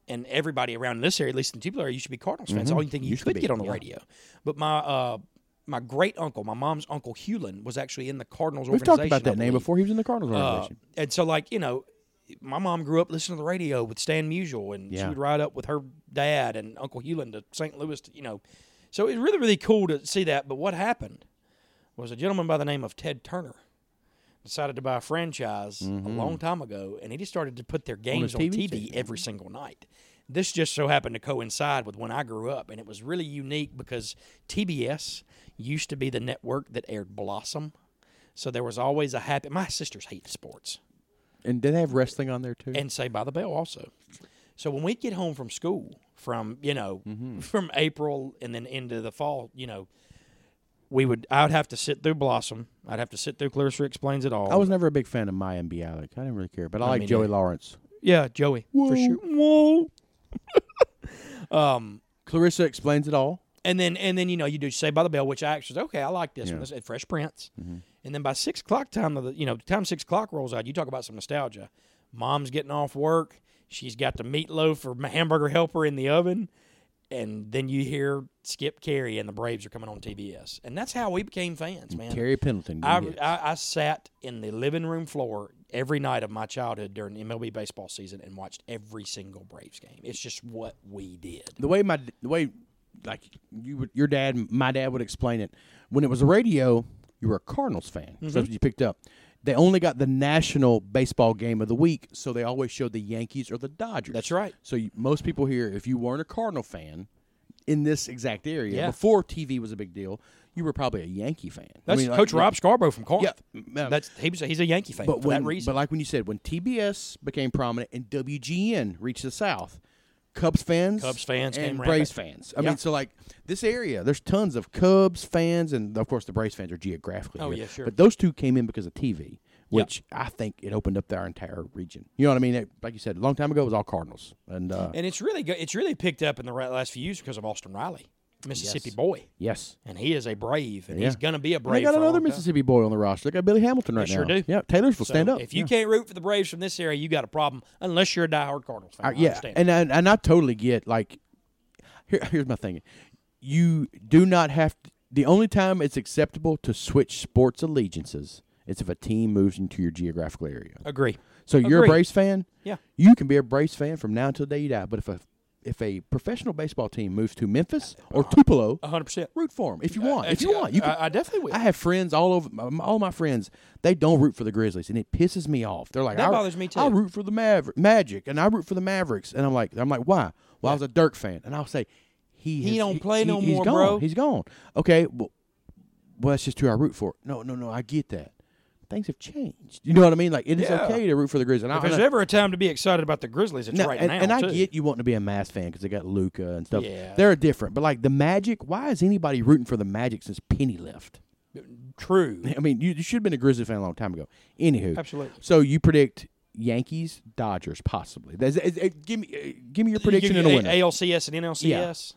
F: and everybody around this area, at least in Tubular, area, used to be Cardinals fans. All you think you
G: Mm-hmm. Used to
F: could
G: be,
F: get on the
G: yeah.
F: radio, but my uh, my great uncle, my mom's uncle Hewlin, was actually in the Cardinals
G: We've
F: organization.
G: talked about
F: I
G: that name
F: believe.
G: before. He was in the Cardinals
F: Uh,
G: organization.
F: and so, like you know, my mom grew up listening to the radio with Stan Musial, and she
G: Yeah.
F: would ride up with her dad and Uncle Hewlin to St. Louis. To, you know, so it was really really cool to see that. But what happened was a gentleman by the name of Ted Turner decided to buy a franchise a long time ago, and he just started to put their games on,
G: TV
F: TV, every single night. This just so happened to coincide with when I grew up, and it was really unique because TBS used to be the network that aired Blossom. So there was always a happy. My sisters hate sports
G: and did they have wrestling on there too?
F: and say by the bell also. So when we get home from school, from you know,
G: Mm-hmm.
F: from April and then into the fall, you know, we would I would have to sit through Blossom. I'd have to sit through Clarissa explains it all.
G: I was never a big fan of Maya and Bialik. I didn't really care, but I, like
F: mean,
G: Joey
F: it-
G: Lawrence.
F: yeah, Joey for sure.
G: Whoa. Clarissa explains it all.
F: And then and then you know you do say by the bell, which I actually okay, I like this one. This Fresh Prince. And then by six o'clock time of the you know the time six o'clock rolls out, you talk about some nostalgia. Mom's getting off work. She's got the meatloaf or hamburger helper in the oven, and then you hear Skip Carey and the Braves are coming on TBS, and that's how we became fans, man.
G: Terry Pendleton.
F: I,
G: did it.
F: I, I sat in the living room floor every night of my childhood during MLB baseball season and watched every single Braves game. It's just what we did.
G: the way my the way like you would, your dad my dad would explain it when it was a radio you were a cardinals fan
F: Mm-hmm.
G: so that's what you picked up they only got the national baseball game of the week so they always showed the yankees or the dodgers
F: That's right.
G: so you, most people here if you weren't a cardinal fan in this exact area
F: Yeah.
G: before tv was a big deal you were probably a yankee fan I
F: That's
G: mean, like-
F: Coach
G: like-
F: Rob Scarborough from Corinth.
G: Yeah, yeah.
F: that's he was, he's a Yankee fan
G: but
F: for
G: when,
F: that reason.
G: But like when you said, when TBS became prominent and WGN reached the South, Cubs fans,
F: Cubs fans
G: and
F: came
G: Braves
F: rampant.
G: fans. I
F: Yeah.
G: mean, so like this area, there's tons of Cubs fans, and of course the Braves fans are geographically.
F: Oh,
G: here.
F: yeah, sure.
G: But those two came in because of TV, which I think it opened up our entire region. You know what I mean? It- like you said, a long time ago it was all Cardinals, and, uh,
F: and it's really good. It's really picked up in the ra- last few years because of Austin Riley, Mississippi boy,
G: yes.
F: and he is a Brave, and he's
G: Yeah.
F: going to be a
G: And They
F: Brave.
G: got
F: for a
G: another
F: long time.
G: Mississippi boy on the roster. They got Billy Hamilton right
F: sure
G: now.
F: do.
G: Yeah, Taylorsville,
F: So
G: stand up.
F: If you
G: Yeah.
F: can't root for the Braves from this area, you got a problem. Unless you're a diehard Cardinals fan.
G: I-
F: I
G: Uh, yeah,
F: understand.
G: and I, and I totally get like, here, here's my thing, you do not have to, the only time it's acceptable to switch sports allegiances is if a team moves into your geographical area.
F: agree.
G: So you're a
F: Agreed.
G: Braves fan,
F: Yeah.
G: you can be a Braves fan from now until the day you die. But if a if a professional baseball team moves to Memphis or
F: Uh-huh.
G: Tupelo,
F: hundred percent.
G: root for them if you want. If
F: it's-
G: you want, you can,
F: I- I definitely will.
G: I have friends all over. my- All my friends, they don't root for the Grizzlies, and it pisses me off. They're like,
F: That
G: I,
F: bothers me, too.
G: I root for the Maver- Magic, and I root for the Mavericks, and I'm like, I'm like, why? Well, I was a Dirk fan, and I'll say, he
F: He
G: has-
F: don't play no
G: he's
F: more,
G: gone.
F: bro.
G: He's gone. Okay, well, well, that's just who I root for. No, no, no, I get that. Things have changed. You know what I mean? Like it is
F: Yeah.
G: okay to root for the Grizzlies. And I-
F: If there's
G: and I-
F: ever a time to be excited about the Grizzlies, it's
G: now,
F: right
G: and,
F: now.
G: and I
F: too.
G: get you wanting to be a Mass fan because they got Luca and stuff.
F: Yeah.
G: They're different, but like the Magic, why is anybody rooting for the Magic since Penny left?
F: true.
G: I mean, you, you should have been a Grizzly fan a long time ago. Anywho,
F: Absolutely.
G: So you predict Yankees, Dodgers, possibly. That's, it, it- give me, uh, give me your prediction
F: you
G: and a
F: give
G: winner.
F: me A- ALCS and NLCS.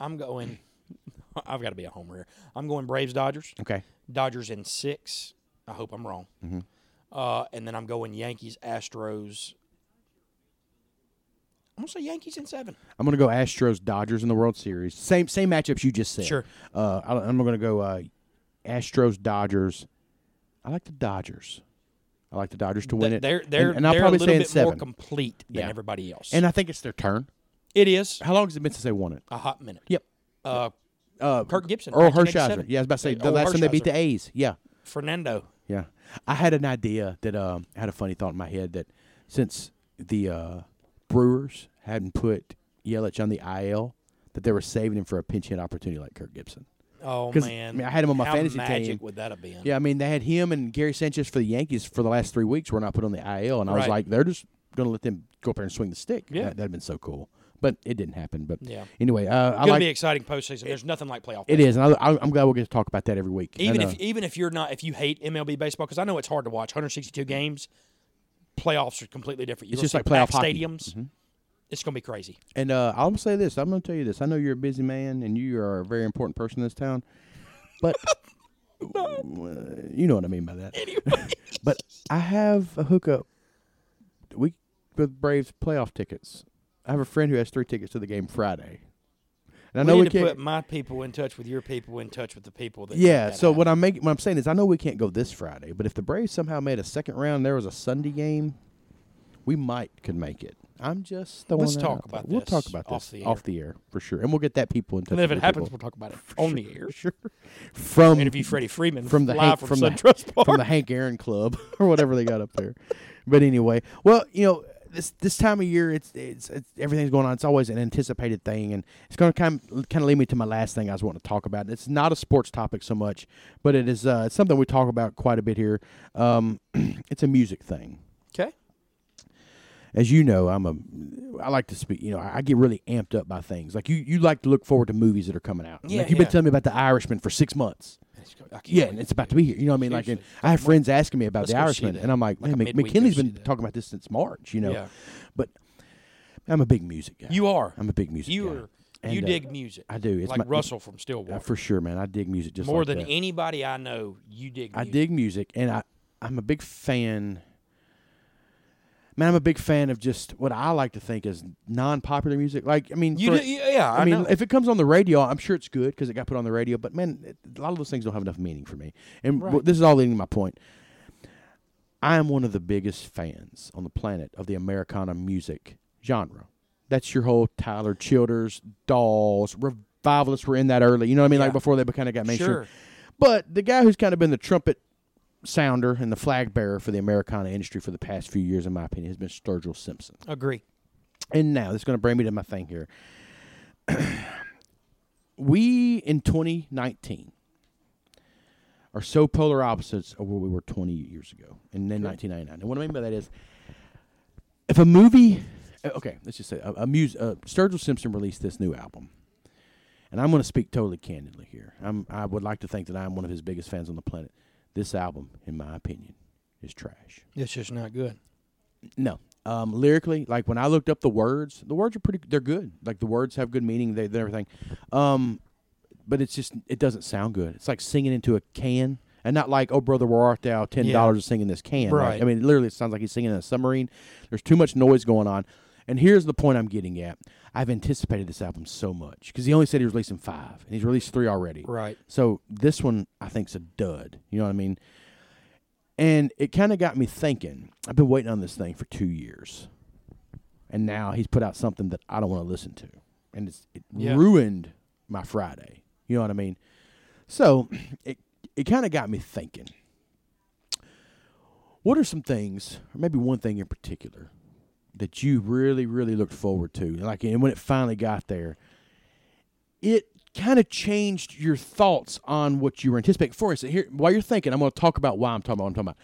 F: I'm going. I've got to be a homer here. I'm going Braves Dodgers.
G: okay,
F: Dodgers in six. I hope I'm wrong.
G: Mm-hmm.
F: Uh, and then I'm going Yankees Astros. I'm gonna say Yankees in seven.
G: I'm gonna go Astros, Dodgers in the World Series. Same same matchups you just said.
F: Sure.
G: Uh, I, I'm gonna go uh, Astros, Dodgers. I like the Dodgers. I like the Dodgers to win it.
F: They're
G: And-
F: they're
G: and, I'll
F: they're
G: probably
F: a
G: say
F: little
G: in
F: bit more
G: seven.
F: complete than
G: Yeah.
F: everybody else.
G: and I think it's their turn.
F: it is
G: How long has it been since they won it?
F: a hot minute.
G: Yep.
F: Uh,
G: Uh,
F: Kirk Gibson,
G: Earl
F: 1987.
G: Hershiser. Yeah, I was about to say the
F: Earl
G: last time they beat
F: Hershiser.
G: the A's. Yeah.
F: Fernando.
G: Yeah, I had an idea that um, I had a funny thought in my head that since the uh, Brewers hadn't put Yelich on the IL, that they were saving him for a pinch hit opportunity like Kirk Gibson.
F: Oh
G: 'Cause,
F: man,
G: I mean, I had him on my
F: How
G: fantasy
F: magic
G: team.
F: Would that have been?
G: Yeah, I mean they had him and Gary Sanchez for the Yankees for the last three weeks. Were not put on the IL, and I was
F: Right.
G: like, they're just going to let them go up there and swing the stick.
F: Yeah.
G: that, that'd been so cool, but it didn't happen. But
F: Yeah.
G: anyway, uh, I
F: Gonna
G: like
F: be exciting postseason. There's nothing like playoff.
G: it is, and I, I, I'm glad we'll get to talk about that every week.
F: even
G: And, uh,
F: if even if you're not if you hate MLB baseball because I know it's hard to watch 162 games. Playoffs are completely different. You
G: It's
F: go
G: just
F: see
G: like playoff
F: packed
G: hockey. Mm-hmm.
F: stadiums. It's gonna be crazy.
G: And uh, I'm gonna say this. I'm gonna tell you this. I know you're a busy man, and you are a very important person in this town, but Uh, you know what I mean by that. but I have a hookup. We with Braves playoff tickets. I have a friend who has three tickets to the game Friday, and I know
F: we
G: we,
F: need to
G: can't.
F: put my people in touch with your people in touch with the people that.
G: yeah.
F: make that
G: So
F: happen.
G: what I'm making, what I'm saying is, I know we can't go this Friday, but if the Braves somehow made a second round, there was a Sunday game, we might could make it. I'm just throwing
F: Let's
G: that
F: talk
G: out there.
F: about
G: We'll
F: this
G: talk about
F: off
G: this
F: the
G: off
F: air.
G: the air for sure, and we'll get that people in touch.
F: and then if
G: with
F: it
G: the
F: happens,
G: people.
F: we'll talk about it on the air.
G: sure. From
F: Interview Freddie Freeman
G: from the
F: live
G: Hank,
F: from,
G: from,
F: SunTrust
G: the,
F: Park.
G: from the Hank Aaron Club or whatever they got up there. But anyway, well, you know, this this time of year, it's it's, it's everything's going on. It's always an anticipated thing, and it's going to kind of, kind of lead me to my last thing I was wanting to talk about. It's not a sports topic so much, but it is uh, it's something we talk about quite a bit here. Um, it's a music thing
F: okay.
G: as you know, I'm a I like to speak. You know, I get really amped up by things. Like you, you like to look forward to movies that are coming out.
F: Yeah,
G: like you've been
F: yeah.
G: telling me about The Irishman for six months. Yeah, and it's about to be here. You know what I mean? Like, and I have friends asking me about
F: Let's
G: The
F: go see
G: Irishman,
F: that.
G: and I'm like,
F: Like
G: man,
F: a
G: Mc-
F: midweek,
G: McKinley's
F: go see
G: been
F: that."
G: talking about this since March. You know,
F: Yeah.
G: but I'm a big music guy.
F: You are.
G: I'm a big music
F: You
G: guy.
F: are.
G: And,
F: you
G: uh,
F: dig music.
G: I do. It's
F: like
G: my-
F: Russell from Stillwater.
G: Uh, for sure, man. I dig music just
F: More
G: like
F: than
G: that.
F: anybody I know, you dig.
G: I
F: Music.
G: dig music, and I I'm a big fan. man, I'm a big fan of just what I like to think is non-popular music. Like, I mean,
F: You
G: for-
F: do- yeah, I
G: mean,
F: know.
G: if it comes on the radio, I'm sure it's good because it got put on the radio. But man, it- a lot of those things don't have enough meaning for me. And w- this is all leading to my point. I am one of the biggest fans on the planet of the Americana music genre. That's your whole Tyler Childers, Dolls, revivalists were in that early. You know what I mean? Like before they kind of got mainstream.
F: Sure.
G: But the guy who's kind of been the trumpet sounder and the flag bearer for the Americana industry for the past few years, in my opinion, has been Sturgill Simpson.
F: Agree.
G: And now this is going to bring me to my thing here. we in 2019 are so polar opposites of where we were 20 years ago, and then 1999. And what I mean by that is, if a movie, uh, okay, let's just say a, a mus- uh, Sturgill Simpson released this new album, and I'm going to speak totally candidly here. I'm, I would like to think that I'm one of his biggest fans on the planet. This album, in my opinion, is trash.
F: It's just not good.
G: No. Um, lyrically, like when I looked up the words, the words are pretty. They're good. Like the words have good meaning. They, they're everything. Um, but it's just it doesn't sound good. It's like singing into a can, and not like oh brother where art thou ten dollars singing this can. Like,
F: Right.
G: I mean, literally, it sounds like he's singing in a submarine. There's too much noise going on. And here's the point I'm getting at. I've anticipated this album so much because he only said he was releasing five, and he's released three already.
F: Right.
G: So this one I think's a dud. You know what I mean? And it kind of got me thinking. I've been waiting on this thing for two years, and now he's put out something that I don't want to listen to, and it's it
F: Yeah.
G: ruined my Friday. You know what I mean? So it it kind of got me thinking. What are some things, or maybe one thing in particular, that you really really looked forward to? Like, and when it finally got there, it kind of changed your thoughts on what you were anticipating. For instance, here while you're thinking, I'm going to talk about why I'm talking about what I'm talking about.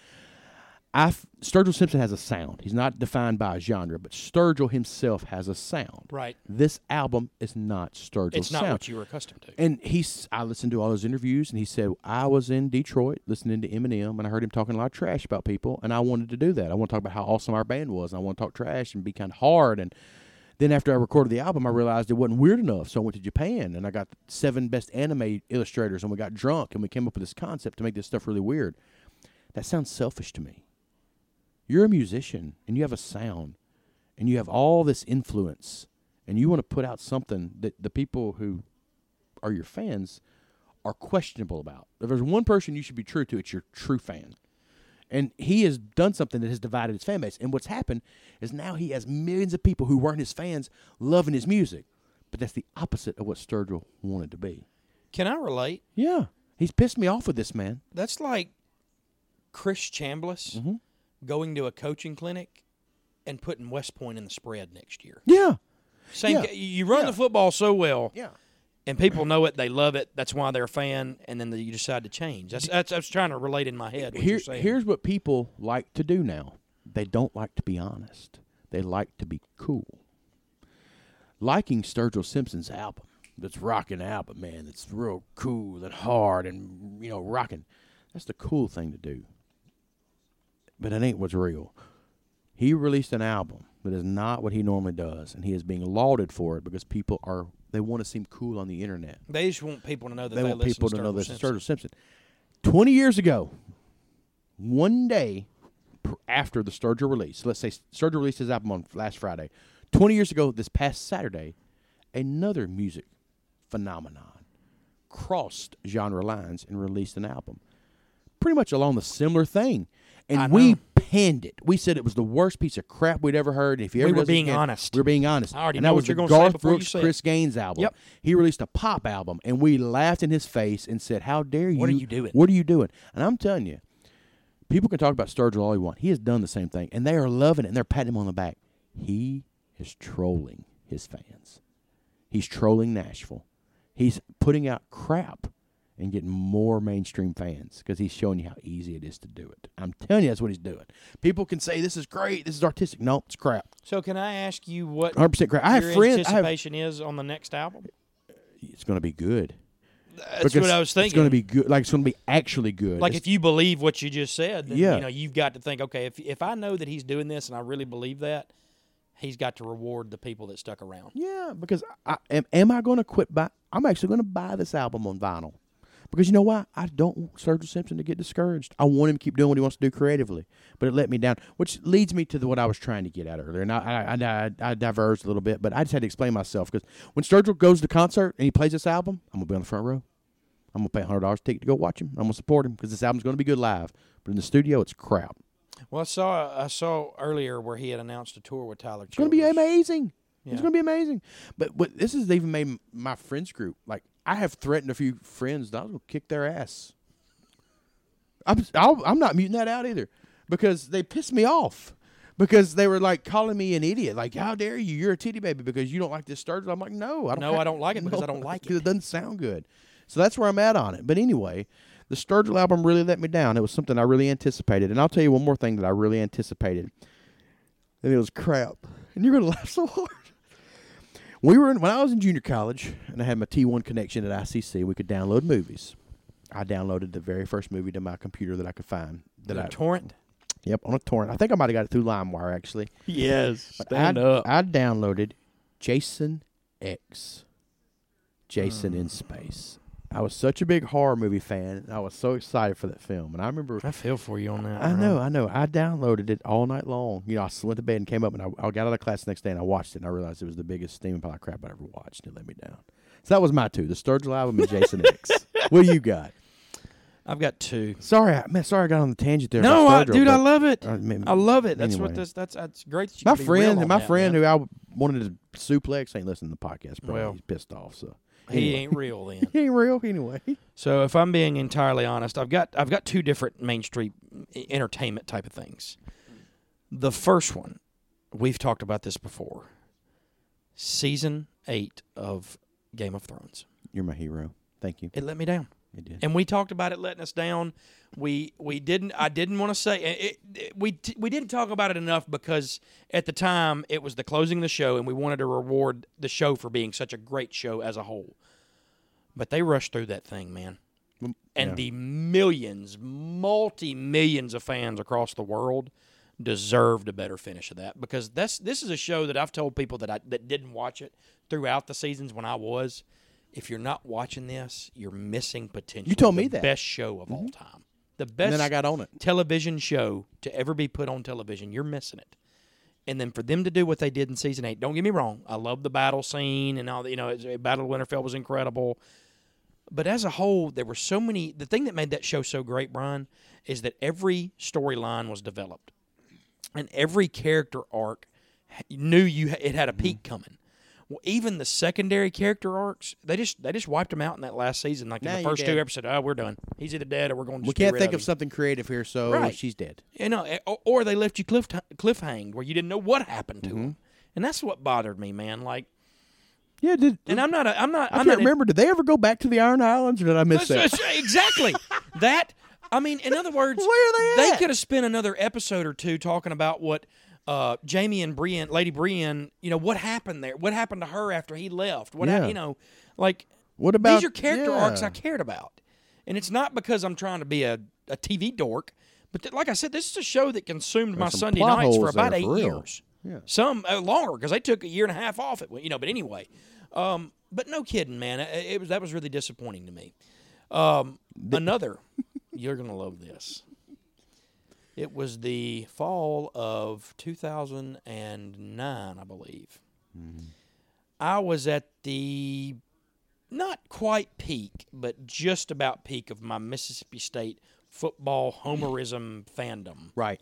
G: I f- Sturgill Simpson has a sound. He's not defined by a genre, but Sturgill himself has a sound.
F: Right.
G: This album is not Sturgill's
F: It's not
G: sound.
F: what you were accustomed to.
G: And he's, I listened to all those interviews, and he said I was in Detroit listening to Eminem, and I heard him talking a lot of trash about people, and I wanted to do that. I want to talk about how awesome our band was, and I want to talk trash and be kind of hard. And then after I recorded the album, I realized it wasn't weird enough, so I went to Japan, and I got seven best anime illustrators, and we got drunk, and we came up with this concept to make this stuff really weird. That sounds selfish to me. You're a musician, and you have a sound, and you have all this influence, and you want to put out something that the people who are your fans are questionable about. If there's one person you should be true to, it's your true fan. And he has done something that has divided his fan base. And what's happened is now he has millions of people who weren't his fans loving his music. But that's the opposite of what Sturgill wanted to be.
F: Can I relate?
G: Yeah. He's pissed me off with this man.
F: That's like Chris Chambliss
G: Mm-hmm.
F: going to a coaching clinic and putting West Point in the spread next year.
G: Yeah.
F: Same,
G: Yeah.
F: ca- you run the football so well,
G: Yeah.
F: and people know it, they love it. That's why they're a fan, and then you decide to change. That's that's I was trying to relate in my head. What
G: Here,
F: you're saying.
G: here's what people like to do now they don't like to be honest, they like to be cool. Liking Sturgill Simpson's album, that's rocking album, man, that's real cool and hard and, you know, rocking. That's the cool thing to do. But it ain't what's real. He released an album that is not what he normally does, and he is being lauded for it because people are, they want to seem cool on the internet
F: they just want people to know that
G: they
F: they,
G: want
F: listen
G: people to know
F: Sturgill
G: this is
F: Simpson.
G: Sturgill Simpson. Twenty years ago, one day pr- after the Sturgill release, let's say Sturgill released his album on last Friday. Twenty years ago, this past Saturday, another music phenomenon crossed genre lines and released an album, pretty much along the similar thing. And we panned it. We said it was the worst piece of crap we'd ever heard. If you
F: We
G: ever
F: were
G: does it
F: being
G: again-
F: honest.
G: we were being honest.
F: I already
G: and
F: know
G: that
F: what
G: was the
F: you're gonna say
G: Garth
F: before you
G: Brooks,
F: say it.
G: Chris Gaines album.
F: Yep.
G: He released a pop album, and we laughed in his face and said, "How dare you?
F: What are you doing?"
G: What are you doing?" And I'm telling you, people can talk about Sturgill all you want. He has done the same thing, and they are loving it, and they're patting him on the back. He is trolling his fans. He's trolling Nashville. He's putting out crap and getting more mainstream fans because he's showing you how easy it is to do it. I'm telling you, that's what he's doing. People can say this is great, this is artistic. No, it's crap.
F: So can I ask you what
G: 100% correct. I have
F: your
G: friends- I have-
F: anticipation is on the next album?
G: It's going to be good.
F: That's what I was thinking.
G: It's going to be good. Like it's going to be actually good.
F: like
G: It's-
F: if you believe what you just said, then,
G: Yeah.
F: you know you've got to think. Okay, if if I know that he's doing this and I really believe that, he's got to reward the people that stuck around.
G: yeah, because I am. Am I going to quit? Buy? I'm actually going to buy this album on vinyl. Because you know why? I don't want Sergio Simpson to get discouraged. I want him to keep doing what he wants to do creatively. But it let me down, which leads me to the, what I was trying to get at earlier. And I, I, I, I diverged a little bit, but I just had to explain myself because when Sturgill goes to concert and he plays this album, I'm going to be on the front row. I'm going to pay $100 ticket to go watch him. I'm going to support him because this album's going to be good live. But in the studio, it's crap.
F: Well, I saw I saw earlier where he had announced a tour with Tyler.
G: It's going to be amazing. It's going to be amazing. But what this has even made m- my friends group like I have threatened a few friends that I was going to kick their ass. I'm I'll, I'm not muting that out either because they pissed me off because they were like calling me an idiot like how dare you you're a titty baby because you don't like this Sturgill. I'm like no I don't
F: No, I don't like it because I don't like
G: because it doesn't sound good. So that's where I'm at on it. But anyway. The Sturgill album really let me down. It was something I really anticipated. And I'll tell you one more thing that I really anticipated. And it was crap. And you're going to laugh so hard. We were in, when I was in junior college, and I had my T1 connection at ICC. We could download movies. I downloaded the very first movie to my computer that I could find. That I
F: a torrent.
G: yep on a torrent. I think I might have got it through LimeWire actually.
F: Yes,
G: But I, I downloaded Jason X, Jason in Space. I was such a big horror movie fan, and I was so excited for that film. And I remember
F: I feel for you on that.
G: I
F: bro.
G: know, I know. I downloaded it all night long. You know, I s- went to bed and came up, and I, I got out of class the next day and I watched it, and I realized it was the biggest steam pile crap I ever watched. and It let me down. So that was my two: the Sturgill album and Jason X. What do you got?
F: I've got two.
G: Sorry, I, man. Sorry, I got on the tangent there.
F: No, I,
G: about Sturgill,
F: dude, I
G: but- uh,
F: love it.
G: I mean,
F: I love it. That's what
G: anyway.
F: this. That's that's great. that you
G: My
F: can be real
G: friend,
F: on
G: my
F: that,
G: friend
F: man.
G: who I wanted to suplex ain't listening to the podcast, bro.
F: Well.
G: He's pissed off. So
F: he
G: anyway.
F: ain't real then.
G: He ain't real anyway.
F: So if I'm being entirely honest, I've got I've got two different Main Street e, entertainment type of things. The first one, we've talked about this before. Season eight of Game of Thrones.
G: You're my hero. Thank you.
F: It let me down.
G: It did.
F: And we talked about it letting us down. We we didn't. I didn't want to say it, it- we t- we didn't talk about it enough because at the time it was the closing of the show, and we wanted to reward the show for being such a great show as a whole. But they rushed through that thing, man. And the millions, multi millions of fans across the world deserved a better finish of that because that's this is a show that I've told people that I that didn't watch it throughout the seasons when I was. If you're not watching this, you're missing potential.
G: You told me
F: the
G: that. Mm-hmm.
F: best show of all time, the best
G: And then I got on it.
F: television show to ever be put on television. You're missing it. And then for them to do what they did in season eight, don't get me wrong, I love the battle scene and all the, you know, it's- Battle of Winterfell was incredible. But as a whole, there were so many. The thing that made that show so great, Brian, is that every storyline was developed and every character arc h- knew you ha- it had a
G: Mm-hmm.
F: peak coming. Well, even the secondary character arcs, they just they just wiped them out in that last season. Like
G: Nah,
F: in
G: you
F: the first two
G: did.
F: episodes, oh, we're done. He's either dead or we're going. to
G: We
F: just get
G: can't
F: rid
G: think
F: of
G: of
F: him."
G: something creative here, so
F: Right.
G: she's dead.
F: You know, eh, or, or they left you cliff cliffhanged where you didn't know what happened to
G: Mm-hmm.
F: him, and that's what bothered me, man. Like,
G: Yeah, did
F: and I'm not, a, I'm not,
G: Mm-hmm. I
F: I'm
G: can't
F: not in-
G: remember. Did they ever go back to the Iron Islands, or did I miss that?
F: exactly that. I mean, in other words,
G: Where are they at?
F: could have spent another episode or two talking about what uh, Jamie and Brienne, Lady Brienne, you know, what happened there, what happened to her after he left, what hap-
G: Yeah.
F: you know, like
G: What about-
F: these are character
G: yeah.
F: arcs I cared about, and it's not because I'm trying to be a, a TV dork, but th- like I said, this is a show that consumed my
G: some
F: Sunday
G: plot
F: nights for
G: holes
F: about
G: there,
F: eight
G: for real.
F: years. Some uh, longer because they took a year and a half off. It you know, but anyway, um, but no kidding, man. It, it was that was really disappointing to me. Um, another, you're gonna love this. It was the fall of 2009, I believe.
G: Mm-hmm.
F: I was at the not quite peak, but just about peak of my Mississippi State football homerism fandom.
G: Right.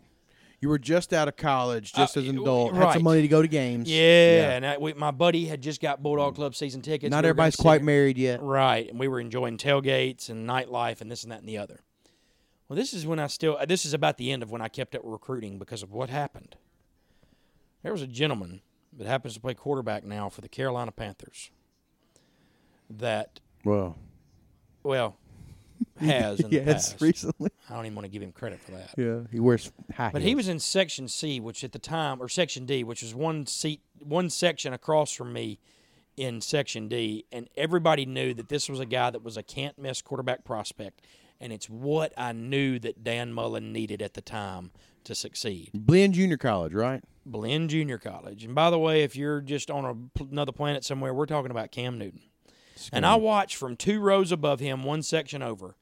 G: You were just out of college, just as an
F: w-
G: adult, had
F: Uh, right.
G: some money to go to games.
F: Yeah, and I, we, my buddy had just got Bulldog Club season tickets. We
G: Not
F: were gonna
G: everybody's
F: sit
G: quite
F: there-
G: married yet.
F: Right, and we were enjoying tailgates and nightlife and this and that and the other. Well, this is when I still. uh, This is about the end of when I kept up recruiting because of what happened. There was a gentleman that happens to play quarterback now for the Carolina Panthers. That
G: Well,
F: well has in the
G: yes,
F: past.
G: recently.
F: I don't even want to give him credit for that.
G: Yeah, he wears high
F: But he was in section C, which at the time, or section D, which was one seat, one section across from me in section D, and everybody knew that this was a guy that was a can't miss quarterback prospect, and it's what I knew that Dan Mullen needed at the time to succeed.
G: Blinn Junior College, right?
F: Blinn Junior College, and by the way, if you're just on a, pl- another planet somewhere, we're talking about Cam Newton. And I watched from two rows above him, one section over,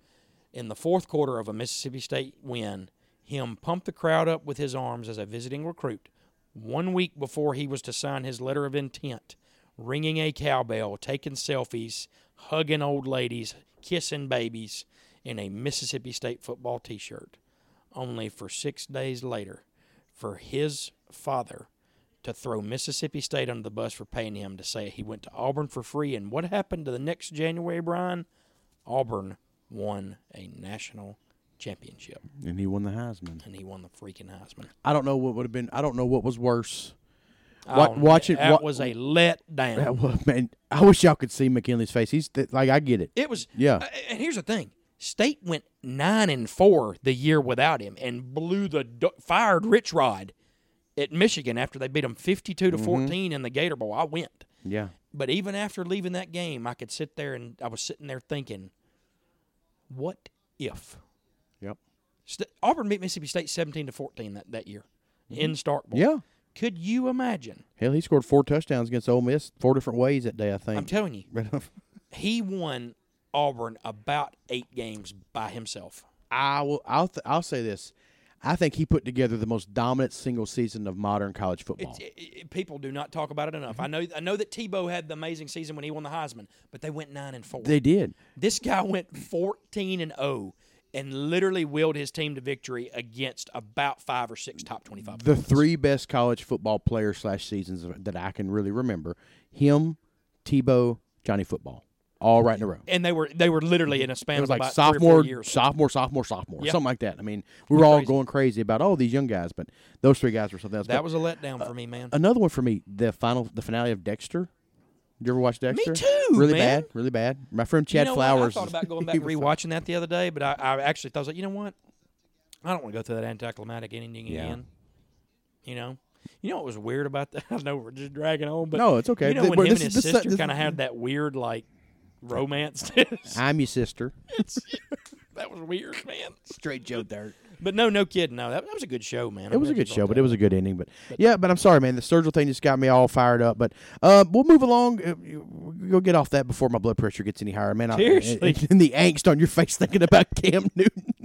F: in the fourth quarter of a Mississippi State win, him pump the crowd up with his arms as a visiting recruit, one week before he was to sign his letter of intent, ringing a cowbell, taking selfies, hugging old ladies, kissing babies in a Mississippi State football t shirt, only for six days later for his father to throw Mississippi State under the bus for paying him to say he went to Auburn for free. And what happened to the next January, Brian? Auburn won a national championship
G: and he won the Heisman.
F: and he won the freaking Heisman.
G: I don't know what would have been. I don't know what was worse.
F: I
G: Wa-
F: don't-
G: watch it.
F: That
G: wa-
F: was a letdown.
G: That was, man, I wish y'all could see McKinley's face. He's th- like, I get it.
F: It was
G: Yeah.
F: uh, and here's the thing: State went nine and four the year without him, and blew the do- fired Rich Rod at Michigan after they beat him fifty-two to
G: Mm-hmm.
F: fourteen in the Gator Bowl. I went,
G: Yeah,
F: but even after leaving that game, I could sit there and I was sitting there thinking, "What if
G: yep,
F: St- Auburn beat Mississippi State seventeen to fourteen that that year in Starkville?
G: Mm-hmm. yeah.
F: could you imagine?"
G: Hell, he scored four touchdowns against Ole Miss four different ways that day. I think. uh,
F: I'm telling you,
G: Right off-
F: he won Auburn about eight games by himself.
G: I will. I'll. Th- I'll say this. I think he put together the most dominant single season of modern college football.
F: It's, it, it, people do not talk about it enough. I
G: Mm-hmm.
F: know. I know that Tebow had the amazing season when he won the Heisman, but they went nine and four.
G: they did.
F: this guy went fourteen and zero, and literally willed his team to victory against about five or six top twenty-five.
G: The three best college football player slash seasons that I can really remember: him, Tebow, Johnny Football, all right in a row.
F: and they were they were literally in a span
G: It was
F: of about
G: like
F: three or
G: sophomore,
F: four years.
G: sophomore, sophomore, sophomore,
F: Yeah.
G: something like that. I mean, we were all
F: Crazy.
G: going crazy about all these young guys, but those three guys were something else.
F: that
G: But
F: was a letdown for me, man.
G: another one for me. The final, the finale of Dexter. You ever watch Dexter?
F: too,
G: Really
F: man.
G: bad, really bad. My friend Chad
F: you know what?
G: Flowers.
F: I thought
G: is-
F: about going
G: he
F: back and
G: was-
F: rewatching that the other day, but I, I actually thought I was like, you know what? I don't want to go through that anticlimactic ending
G: Yeah.
F: again. You know, you know what was weird about that? I know we're just dragging on, but
G: No, it's okay.
F: You know
G: Th-
F: when
G: but
F: him
G: this
F: and
G: is-
F: his
G: this-
F: sister
G: this-
F: kind of had that weird like romance.
G: I'm your sister.
F: that was weird, man.
G: Straight Joe Dirt.
F: But no, no kidding. No, that, that was a good show, man.
G: It was a good show, but it was a good ending. But yeah, but I'm sorry, man. The Sturgill thing just got me all fired up. But uh, we'll move along. Uh, We'll get off that before my blood pressure gets any higher, man. I-
F: Seriously.
G: and, the angst on your face thinking about Cam Newton.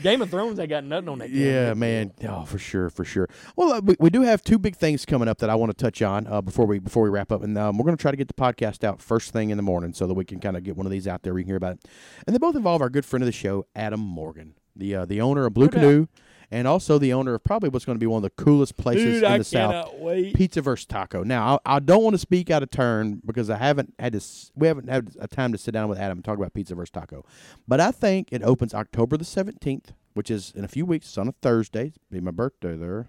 F: Game of Thrones. I got nothing on that. damn
G: Yeah,
F: thing.
G: man. Oh, for sure, for sure. Well, uh, we, we do have two big things coming up that I want to touch on uh, before we before we wrap up, and um, we're going to try to get the podcast out first thing in the morning so that we can kind of get one of these out there. We can hear about it, and they both involve our good friend of the show, Adam Morgan, the uh, the owner of Blue Canoe, and also the owner of probably what's going to be one of the coolest places
F: Dude,
G: in
F: I
G: the South,
F: cannot wait.
G: Pizza versus Taco. Now, I, I don't want to speak out of turn because I haven't had to. s- We haven't had a time to sit down with Adam and talk about Pizza versus Taco, but I think it opens October the seventeenth, which is in a few weeks. It's on a Thursday. It'd be my birthday there,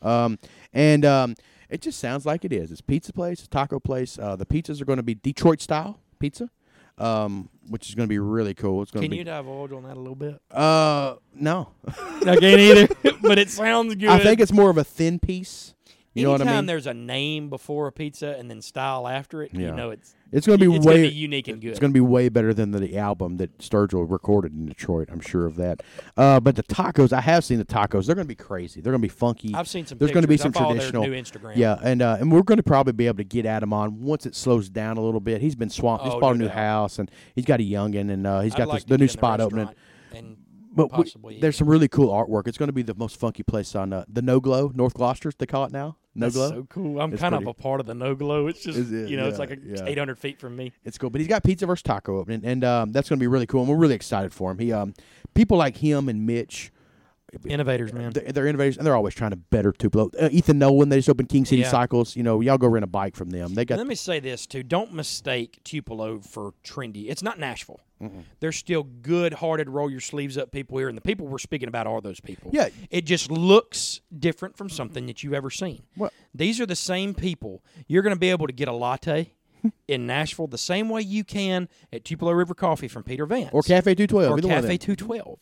G: um, and um, it just sounds like it is. It's a pizza place, it's a taco place. Uh, the pizzas are going to be Detroit style pizza. Um, which is going to be really cool. It's going
F: Can
G: to
F: you
G: be
F: divulge on that a little bit?
G: uh no.
F: I can't either, but it sounds good.
G: I think it's more of a thin piece. You
F: Anytime
G: know what I mean?
F: there's a name before a pizza and then style after it, you
G: Yeah.
F: know it's
G: It's going to be
F: it's
G: way
F: gonna be unique and good.
G: It's going to be way better than the album that Sturgill recorded in Detroit. I'm sure of that. Uh, but the tacos, I have seen the tacos. They're going to be crazy. They're going to be funky.
F: I've seen some
G: There's gonna be
F: pictures. I
G: some
F: follow their
G: traditional.
F: new Instagram.
G: Yeah, and uh, and we're going to probably be able to get Adam on once it slows down a little bit. He's been swamped. He's
F: Oh,
G: bought
F: no
G: a new
F: doubt.
G: house and he's got a youngin and uh, he's
F: I'd
G: got
F: like
G: this,
F: to
G: the
F: get
G: new
F: in
G: spot opening.
F: restaurant And
G: But we-
F: possibly
G: there's some really cool artwork. It's going to be the most funky place on uh, the No Glow, North Gloucester. They call it now. No
F: that's
G: Glow.
F: so cool. I'm
G: It's
F: kind of
G: pretty.
F: a part of the no glow. It's just
G: Is it?
F: you know it's
G: Yeah,
F: like a,
G: yeah.
F: 800 feet from me.
G: It's cool, but he's got pizza versus taco opening, and um, that's going to be really cool. And we're really excited for him. He, um, people like him and Mitch,
F: Innovators, man.
G: they're, they're innovators, and they're always trying to better Tupelo. Uh, Ethan Nolan, they just opened King City
F: Yeah.
G: Cycles. You know, y'all go rent a bike from them. They got
F: Let me say this too: Don't mistake Tupelo for trendy. It's not Nashville. There's still good-hearted, roll your sleeves up people here, and the people we're speaking about are those people.
G: Yeah.
F: it just looks different from something that you've ever seen.
G: What-
F: These are the same people. You're going to be able to get a latte in Nashville the same way you can at Tupelo River Coffee from Peter Vance
G: or Cafe Two Twelve.
F: or Cafe 212.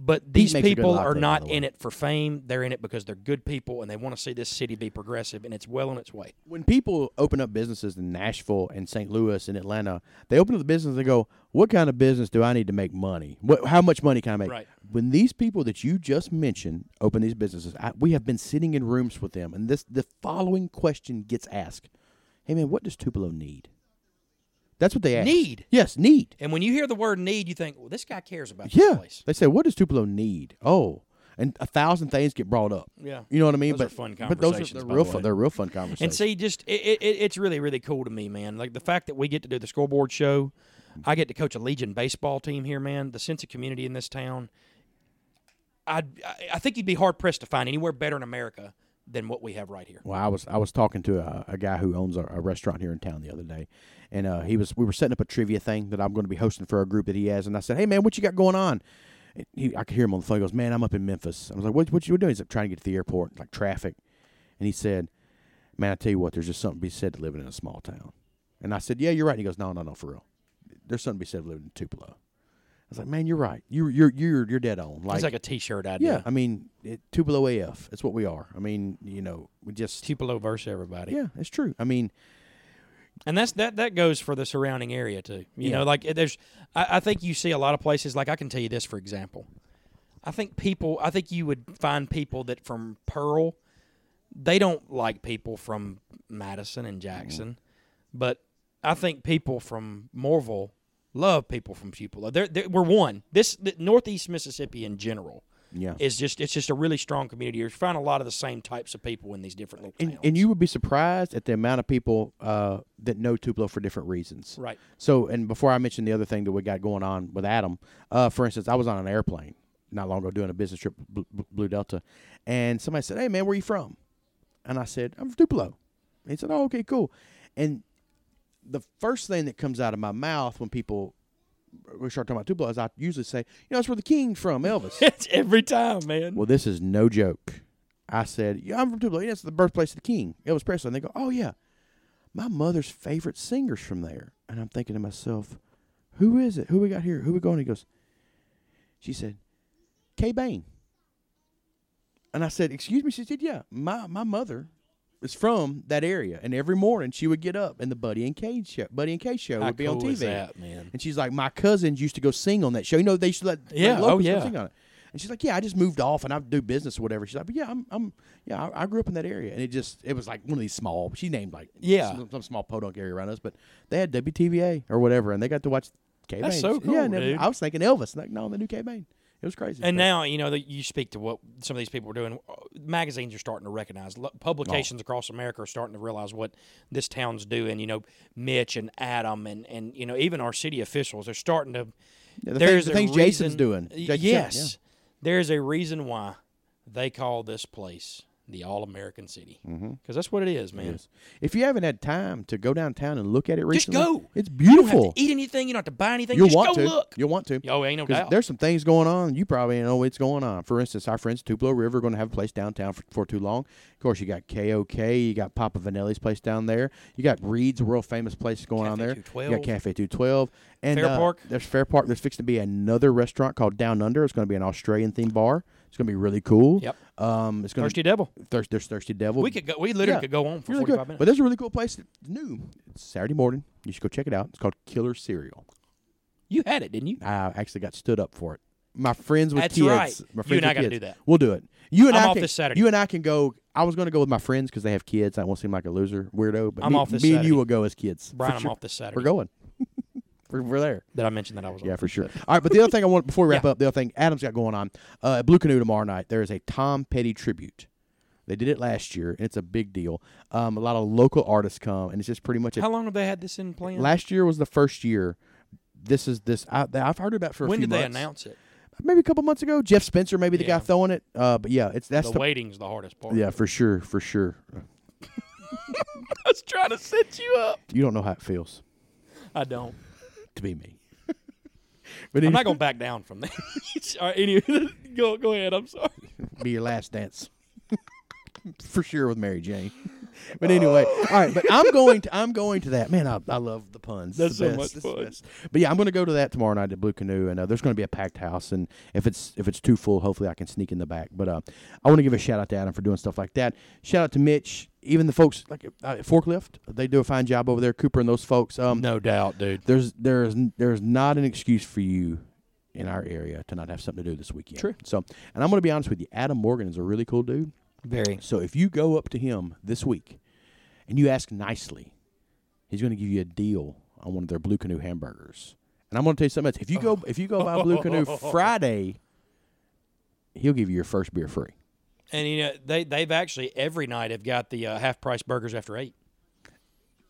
F: But these
G: makes a good
F: people
G: latte,
F: are
G: by
F: not
G: the way.
F: in it for fame. They're in it because they're good people and they want to see this city be progressive, and it's well on its way.
G: When people open up businesses in Nashville and St. Louis and Atlanta, they open up the business and go, "What kind of business do I need to make money? What, how much money can I make?"
F: Right.
G: When these people that you just mentioned open these businesses, I, we have been sitting in rooms with them, and this the following question gets asked: "Hey man, what does Tupelo need?" That's what they asked.
F: Need.
G: Yes, need.
F: And when you hear the word need, you think, well, this guy cares about
G: Yeah.
F: this place.
G: They said, what does Tupelo need? Oh, and a thousand things get brought up.
F: Yeah.
G: You know what I mean?
F: Those
G: but
F: are fun
G: But those
F: conversations, by
G: are they're real
F: the way.
G: fun. They're real fun conversations.
F: And see, just it, it, it- it's really, really cool to me, man. Like the fact that we get to do the scoreboard show, I get to coach a Legion baseball team here, man. The sense of community in this town. I'd- I I think you'd be hard pressed to find anywhere better in America than what we have right here.
G: Well, I was I was talking to a, a guy who owns a, a restaurant here in town the other day, and uh, he was we were setting up a trivia thing that I'm going to be hosting for a group that he has, and I said, "Hey man, what you got going on?" And he, I could hear him on the phone. He goes, "Man, I'm up in Memphis." I was like, "What what you doing?" He's like, "Trying to get to the airport, like traffic," and he said, "Man, I tell you what, there's just something to be said to living in a small town." And I said, "Yeah, you're right." And he goes, "No, no, no, for real, there's something to be said to living in Tupelo." I was like, "Man, you're right. You're you're you're you're dead on." Like,
F: it's like a T-shirt idea.
G: yeah, I mean, it, Tupelo AF. That's what we are. I mean, you know, we just
F: Tupelo versus everybody.
G: yeah, it's true. I mean,
F: And that's that that goes for the surrounding area too. You know, like there's I, I think you see a lot of places like I can tell you this for example. I think people I think you would find people that from Pearl they don't like people from Madison and
G: Mm-hmm.
F: Jackson. But I think people from Morville love people from Tupelo. They're, they're, we're one. This the Northeast Mississippi in general
G: Yeah.
F: is just it's just a really strong community. You find a lot of the same types of people in these different little
G: and,
F: towns.
G: and you would be surprised at the amount of people uh, that know Tupelo for different reasons.
F: Right.
G: So, and before I mention the other thing that we got going on with Adam, uh, for instance, I was on an airplane not long ago doing a business trip, Bl- Bl- Blue Delta, and somebody said, "Hey, man, where you from?" And I said, "I'm from Tupelo." He said, "Oh, okay, cool." And the first thing that comes out of my mouth when people we start talking about Tupelo is I usually say, "You know, that's where the king's from, Elvis."
F: it's every time, man.
G: Well, this is no joke. I said, Yeah, I'm from Tupelo. That's the birthplace of the king, Elvis Presley. And they go, Oh, yeah. My mother's favorite singer's from there. And I'm thinking to myself, Who is it? Who we got here? Who we going? He goes, She said, Kay Bain. And I said, Excuse me? She said, Yeah, my, my mother is from that area. And every morning she would get up and the Buddy and Kay show, Buddy and Kay show
F: How
G: would be on
F: cool
G: TV.
F: is that, man?
G: And she's like, My cousins used to go sing on that show. You know, they used to let let
F: Yeah,
G: locals
F: oh,
G: go
F: yeah.
G: sing on it. And she's like, "Yeah, I just moved off and I do business or whatever." She's like, "But yeah, I'm, I'm, yeah, I, I grew up in that area." And it just, it was like one of these small. She named like,
F: Yeah.
G: some, some small podunk area around us, but they had WTVA or whatever, and they got to watch K.
F: That's
G: Bane.
F: so cool,
G: yeah, and
F: dude.
G: I was thinking Elvis, like, no, they knew K. Bane. It was crazy.
F: And
G: But-
F: now you know that you speak to what some of these people are doing. uh, Magazines are starting to recognize. Lo-
G: Oh.
F: Publications across America are starting to realize what this town's doing. You know, Mitch and Adam and and you know even our city officials are starting to.
G: Yeah, the
F: there's
G: things- the
F: a
G: things Jason's
F: reason-
G: doing.
F: Y-
G: Jason Shep,
F: yes, there is a reason why they call this place the All American City because
G: Mm-hmm.
F: that's what it is, man.
G: if you haven't had time to go downtown and look at it
F: Just
G: recently,
F: go.
G: It's
F: You don't
G: beautiful.
F: have to eat anything. You don't have to buy anything.
G: You'll
F: Just
G: want
F: go
G: to.
F: look.
G: You'll want to.
F: Oh, ain't no
G: 'Cause
F: doubt.
G: There's some things going on. You probably ain't know what's going on. For instance, our friends at Tupelo River are going to have a place downtown for, for too long. Of course, you got KOK. You got Papa Vanelli's place down there. You got Reed's world famous place going on
F: Cafe
G: there.
F: 212.
G: You got Cafe Two Twelve. And
F: Fair
G: uh,
F: Park.
G: There's Fair Park. There's fixing to be another restaurant called Down Under. It's going to be an Australian themed bar. It's going to be really cool.
F: Yep.
G: Um, it's going
F: Thirsty
G: to
F: Devil.
G: Thirst, there's Thirsty Devil.
F: We could go. We literally
G: Yeah.
F: could go on for
G: Really good.
F: forty-five minutes.
G: But there's a really cool place that's new. It's Saturday morning. You should go check it out. It's called Killer Cereal.
F: you had it, didn't you?
G: I actually got stood up for it. My friends with
F: That's
G: kids.
F: right.
G: My
F: You and
G: friends
F: I
G: with
F: gotta
G: kids.
F: do that.
G: We'll do it. You and
F: I'm
G: I
F: off
G: can,
F: this Saturday.
G: You and I can go. I was going to go with my friends because they have kids. I won't seem like a loser weirdo. But
F: I'm
G: me,
F: off this
G: me and
F: Saturday.
G: you will go as kids.
F: Brian,
G: For
F: I'm
G: sure.
F: off this Saturday.
G: We're going. we're, we're there.
F: Did I mention that I was?
G: Yeah,
F: on?
G: for sure. All right, but the other thing I want before we wrap
F: Yeah.
G: up, the other thing Adam's got going on uh, at Blue Canoe tomorrow night. There is a Tom Petty tribute. They did it last year, and it's a big deal. Um, a lot of local artists come, and it's just pretty much a
F: How long have they had this in plan?
G: Last year was the first year. This is this. I, I've heard about it for a
F: when
G: few
F: did they
G: months.
F: announce it?
G: Maybe a couple months ago. Jeff Spencer, maybe the
F: Yeah.
G: guy throwing it. Uh, but yeah, it's that's
F: The
G: the,
F: waiting's the hardest part.
G: yeah for sure, for sure.
F: I was trying to set you up.
G: You don't know how it feels
F: I don't.
G: to be me. but
F: I'm
G: it
F: not gonna back down from that. All right, anyway, go go ahead. I'm sorry.
G: be your last dance for sure with Mary Jane. But anyway, all right. But I'm going to I'm going to that. Man, I, I love the puns.
F: That's
G: It's the
F: so
G: best.
F: much
G: It's the
F: fun.
G: best. But yeah, I'm going to go to that tomorrow night at Blue Canoe, and uh, there's going to be a packed house. And if it's if it's too full, hopefully I can sneak in the back. But uh, I want to give a shout out to Adam for doing stuff like that. Shout out to Mitch, even the folks like uh, at forklift. They do a fine job over there. Cooper and those folks. Um,
F: No doubt, dude.
G: there's there's there's not an excuse for you in our area to not have something to do this weekend.
F: True.
G: So, and I'm going to be honest with you, Adam Morgan is a really cool dude.
F: Very.
G: So if you go up to him this week and you ask nicely, he's going to give you a deal on one of their Blue Canoe hamburgers. And I'm going to tell you something else. If you go, if you go buy Blue Canoe Friday, he'll give you your first beer free.
F: And you know they they've actually every night have got the uh, half price burgers after eight.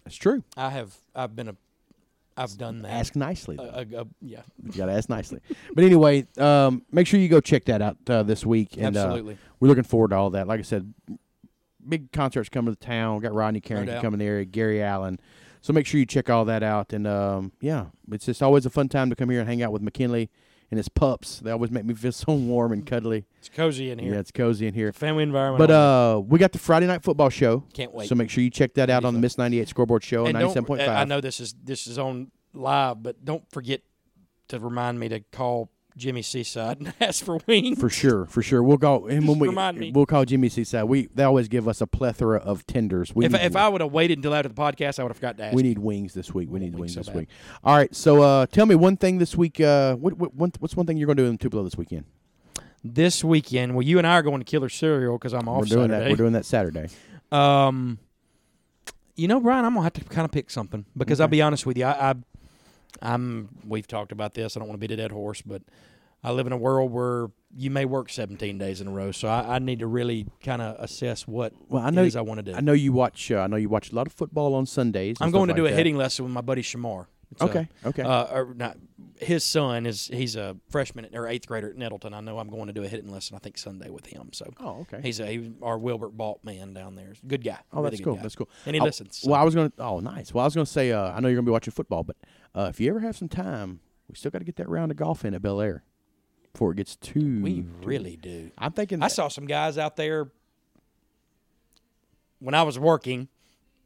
G: That's true.
F: I have I've been a I've done that.
G: Ask nicely. though.
F: Uh, uh, yeah,
G: you gotta ask nicely. But anyway, um, make sure you go check that out uh, this week. And, uh,
F: Absolutely.
G: we're looking forward to all that. Like I said, big concerts coming to town. Got Rodney Carrington
F: doubt.
G: coming there, Gary Allen. So make sure you check all that out. And um, yeah, it's just always a fun time to come here and hang out with McKinley and his pups. They always make me feel so warm and cuddly.
F: it's cozy in here.
G: Yeah, it's cozy in here.
F: Family environment.
G: But
F: only.
G: uh, we got the Friday night football show.
F: Can't wait.
G: So make sure you check that out on the Miss 98 Scoreboard Show on
F: And don't- uh,
G: 97.5.
F: I know this is this is on live, but don't forget to remind me to call Jimmy Seaside and ask for wings.
G: For sure, for sure. We'll go and when
F: Just
G: we
F: remind me.
G: we'll call Jimmy Seaside. We they always give us a plethora of tenders. We
F: if
G: need
F: if
G: wings.
F: I would have waited until after the podcast, I would have forgot to ask.
G: we need wings this week. We need wings
F: so
G: this
F: bad.
G: week. All right. So uh, tell me one thing this week. Uh, what, what one, what's one thing you're going to do in Tupelo this weekend?
F: this weekend. Well, you and I are going to Killer Cereal because I'm off
G: we're doing
F: Saturday.
G: that. We're doing that Saturday.
F: Um, you know, Brian, I'm gonna have to kind of pick something because I'll be honest with you. I, I, I'm. We've talked about this. I don't want to beat a dead horse, but I live in a world where you may work 17 days in a row, so I, I need to really kind of assess what
G: Well, I know
F: it is I want to do.
G: I know you watch. Uh, I know you watch a lot of football on Sundays. and
F: I'm
G: stuff
F: going to
G: like
F: do a
G: that.
F: hitting lesson with my buddy Shamar. It's a-
G: Okay, okay.
F: Uh, or not, his son is he's a freshman at- or eighth grader at Nettleton. I know I'm going to do a hitting lesson. I think Sunday with him. So
G: Oh, okay.
F: He's a he, our Wilbert Balt man down there. Good guy.
G: Oh,
F: Really
G: that's
F: good
G: cool.
F: guy.
G: That's cool.
F: And he
G: I-
F: listens. so-
G: Well, I was going to. Oh, nice. Well, I was going to say. Uh, I know you're going to be watching football, but uh, if you ever have some time, we still got to get that round of golf in at Bel Air before it gets too.
F: We really do.
G: I'm thinking.
F: I saw some guys out there when I was working.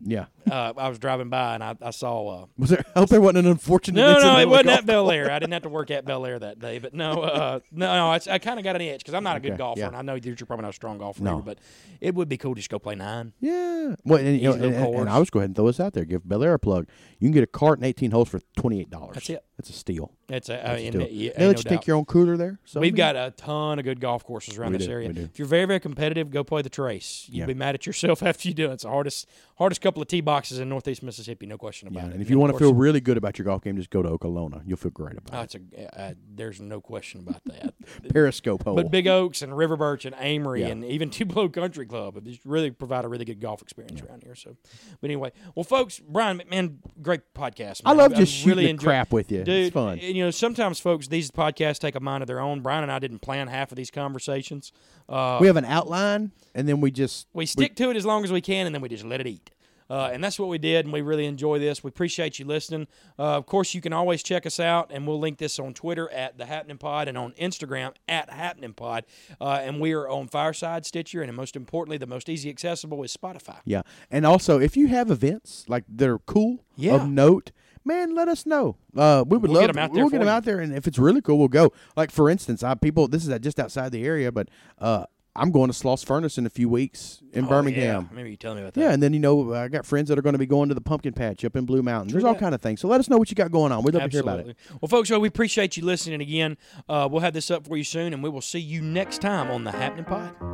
G: Yeah.
F: Uh, I was driving by and I, I saw. Uh,
G: Was there? I hope there wasn't an unfortunate.
F: no,
G: incident
F: no,
G: on
F: it
G: the
F: wasn't
G: golf
F: at Bel Air. I didn't have to work at Bel Air that day, but no, uh, no, no. I, I kind of got an itch because I'm not a good
G: Okay,
F: golfer,
G: yeah.
F: and I know that you're probably not a strong golfer,
G: No.
F: either, but it would be cool to just go play nine.
G: Yeah. Well, and, you know,
F: little
G: and, and- and I
F: course.
G: was go ahead and throw this out there. Give Bel Air a plug. You can get a cart and 18 holes for twenty eight dollars.
F: That's it.
G: That's a steal.
F: It's a, I
G: That's a
F: mean,
G: steal.
F: yeah,
G: they
F: ain't
G: let
F: no
G: you
F: doubt.
G: take your own cooler there. So
F: We've got a ton of good golf courses around
G: We
F: this
G: do,
F: area.
G: we do.
F: If you're very, very competitive, go play the trace. You'll
G: Yeah.
F: be mad at yourself after you do it. It's the hardest, hardest couple of tee boxes in Northeast Mississippi, no question about
G: Yeah,
F: it.
G: and if you want
F: of
G: to
F: course-
G: feel really good about your golf game, just go to Okolona. You'll feel great about
F: Oh,
G: it.
F: it's a, uh, there's no question about that.
G: Periscope hole.
F: but Big Oaks and River Birch and Amory
G: Yeah.
F: and even Tupelo Country Club have just really provide a really good golf experience around here. So, but anyway, well, folks, Brian, man, great podcast.
G: I
F: man.
G: love
F: I've
G: just shooting
F: really
G: the
F: enjoyed-
G: crap with you.
F: Dude,
G: it's fun.
F: and, You know, sometimes folks, these podcasts take a mind of their own. Brian and I didn't plan half of these conversations. Uh,
G: we have an outline, and then we just
F: we stick to it as long as we can, and then we just let it eat. Uh, and that's what we did, and we really enjoy this. We appreciate you listening. Uh, of course, you can always check us out, and we'll link this on Twitter at The Happening Pod and on Instagram at Happening Pod. Uh, and we are on Fireside, Stitcher, and most importantly, the most easy accessible is Spotify.
G: Yeah, and also if you have events like that are cool
F: Yeah.
G: of note, man, let us know. Uh, we would
F: We'll
G: love
F: get 'em out
G: to-
F: there
G: We'll get
F: for
G: them
F: you.
G: out there, and if it's really cool, we'll go. Like for instance, I people this is just outside the area, but uh, I'm going to Sloss Furnace in a few weeks in Birmingham.
F: Oh, Yeah, remember you telling me about that.
G: Yeah, and then you know I got friends that are going to be going to the pumpkin patch up in Blue Mountain. There's all kind of things. So let us know what you got going on. We'd love to hear about it.
F: Well, folks, well, we appreciate you listening again. Uh, we'll have this up for you soon, and we will see you next time on The Happening Pod.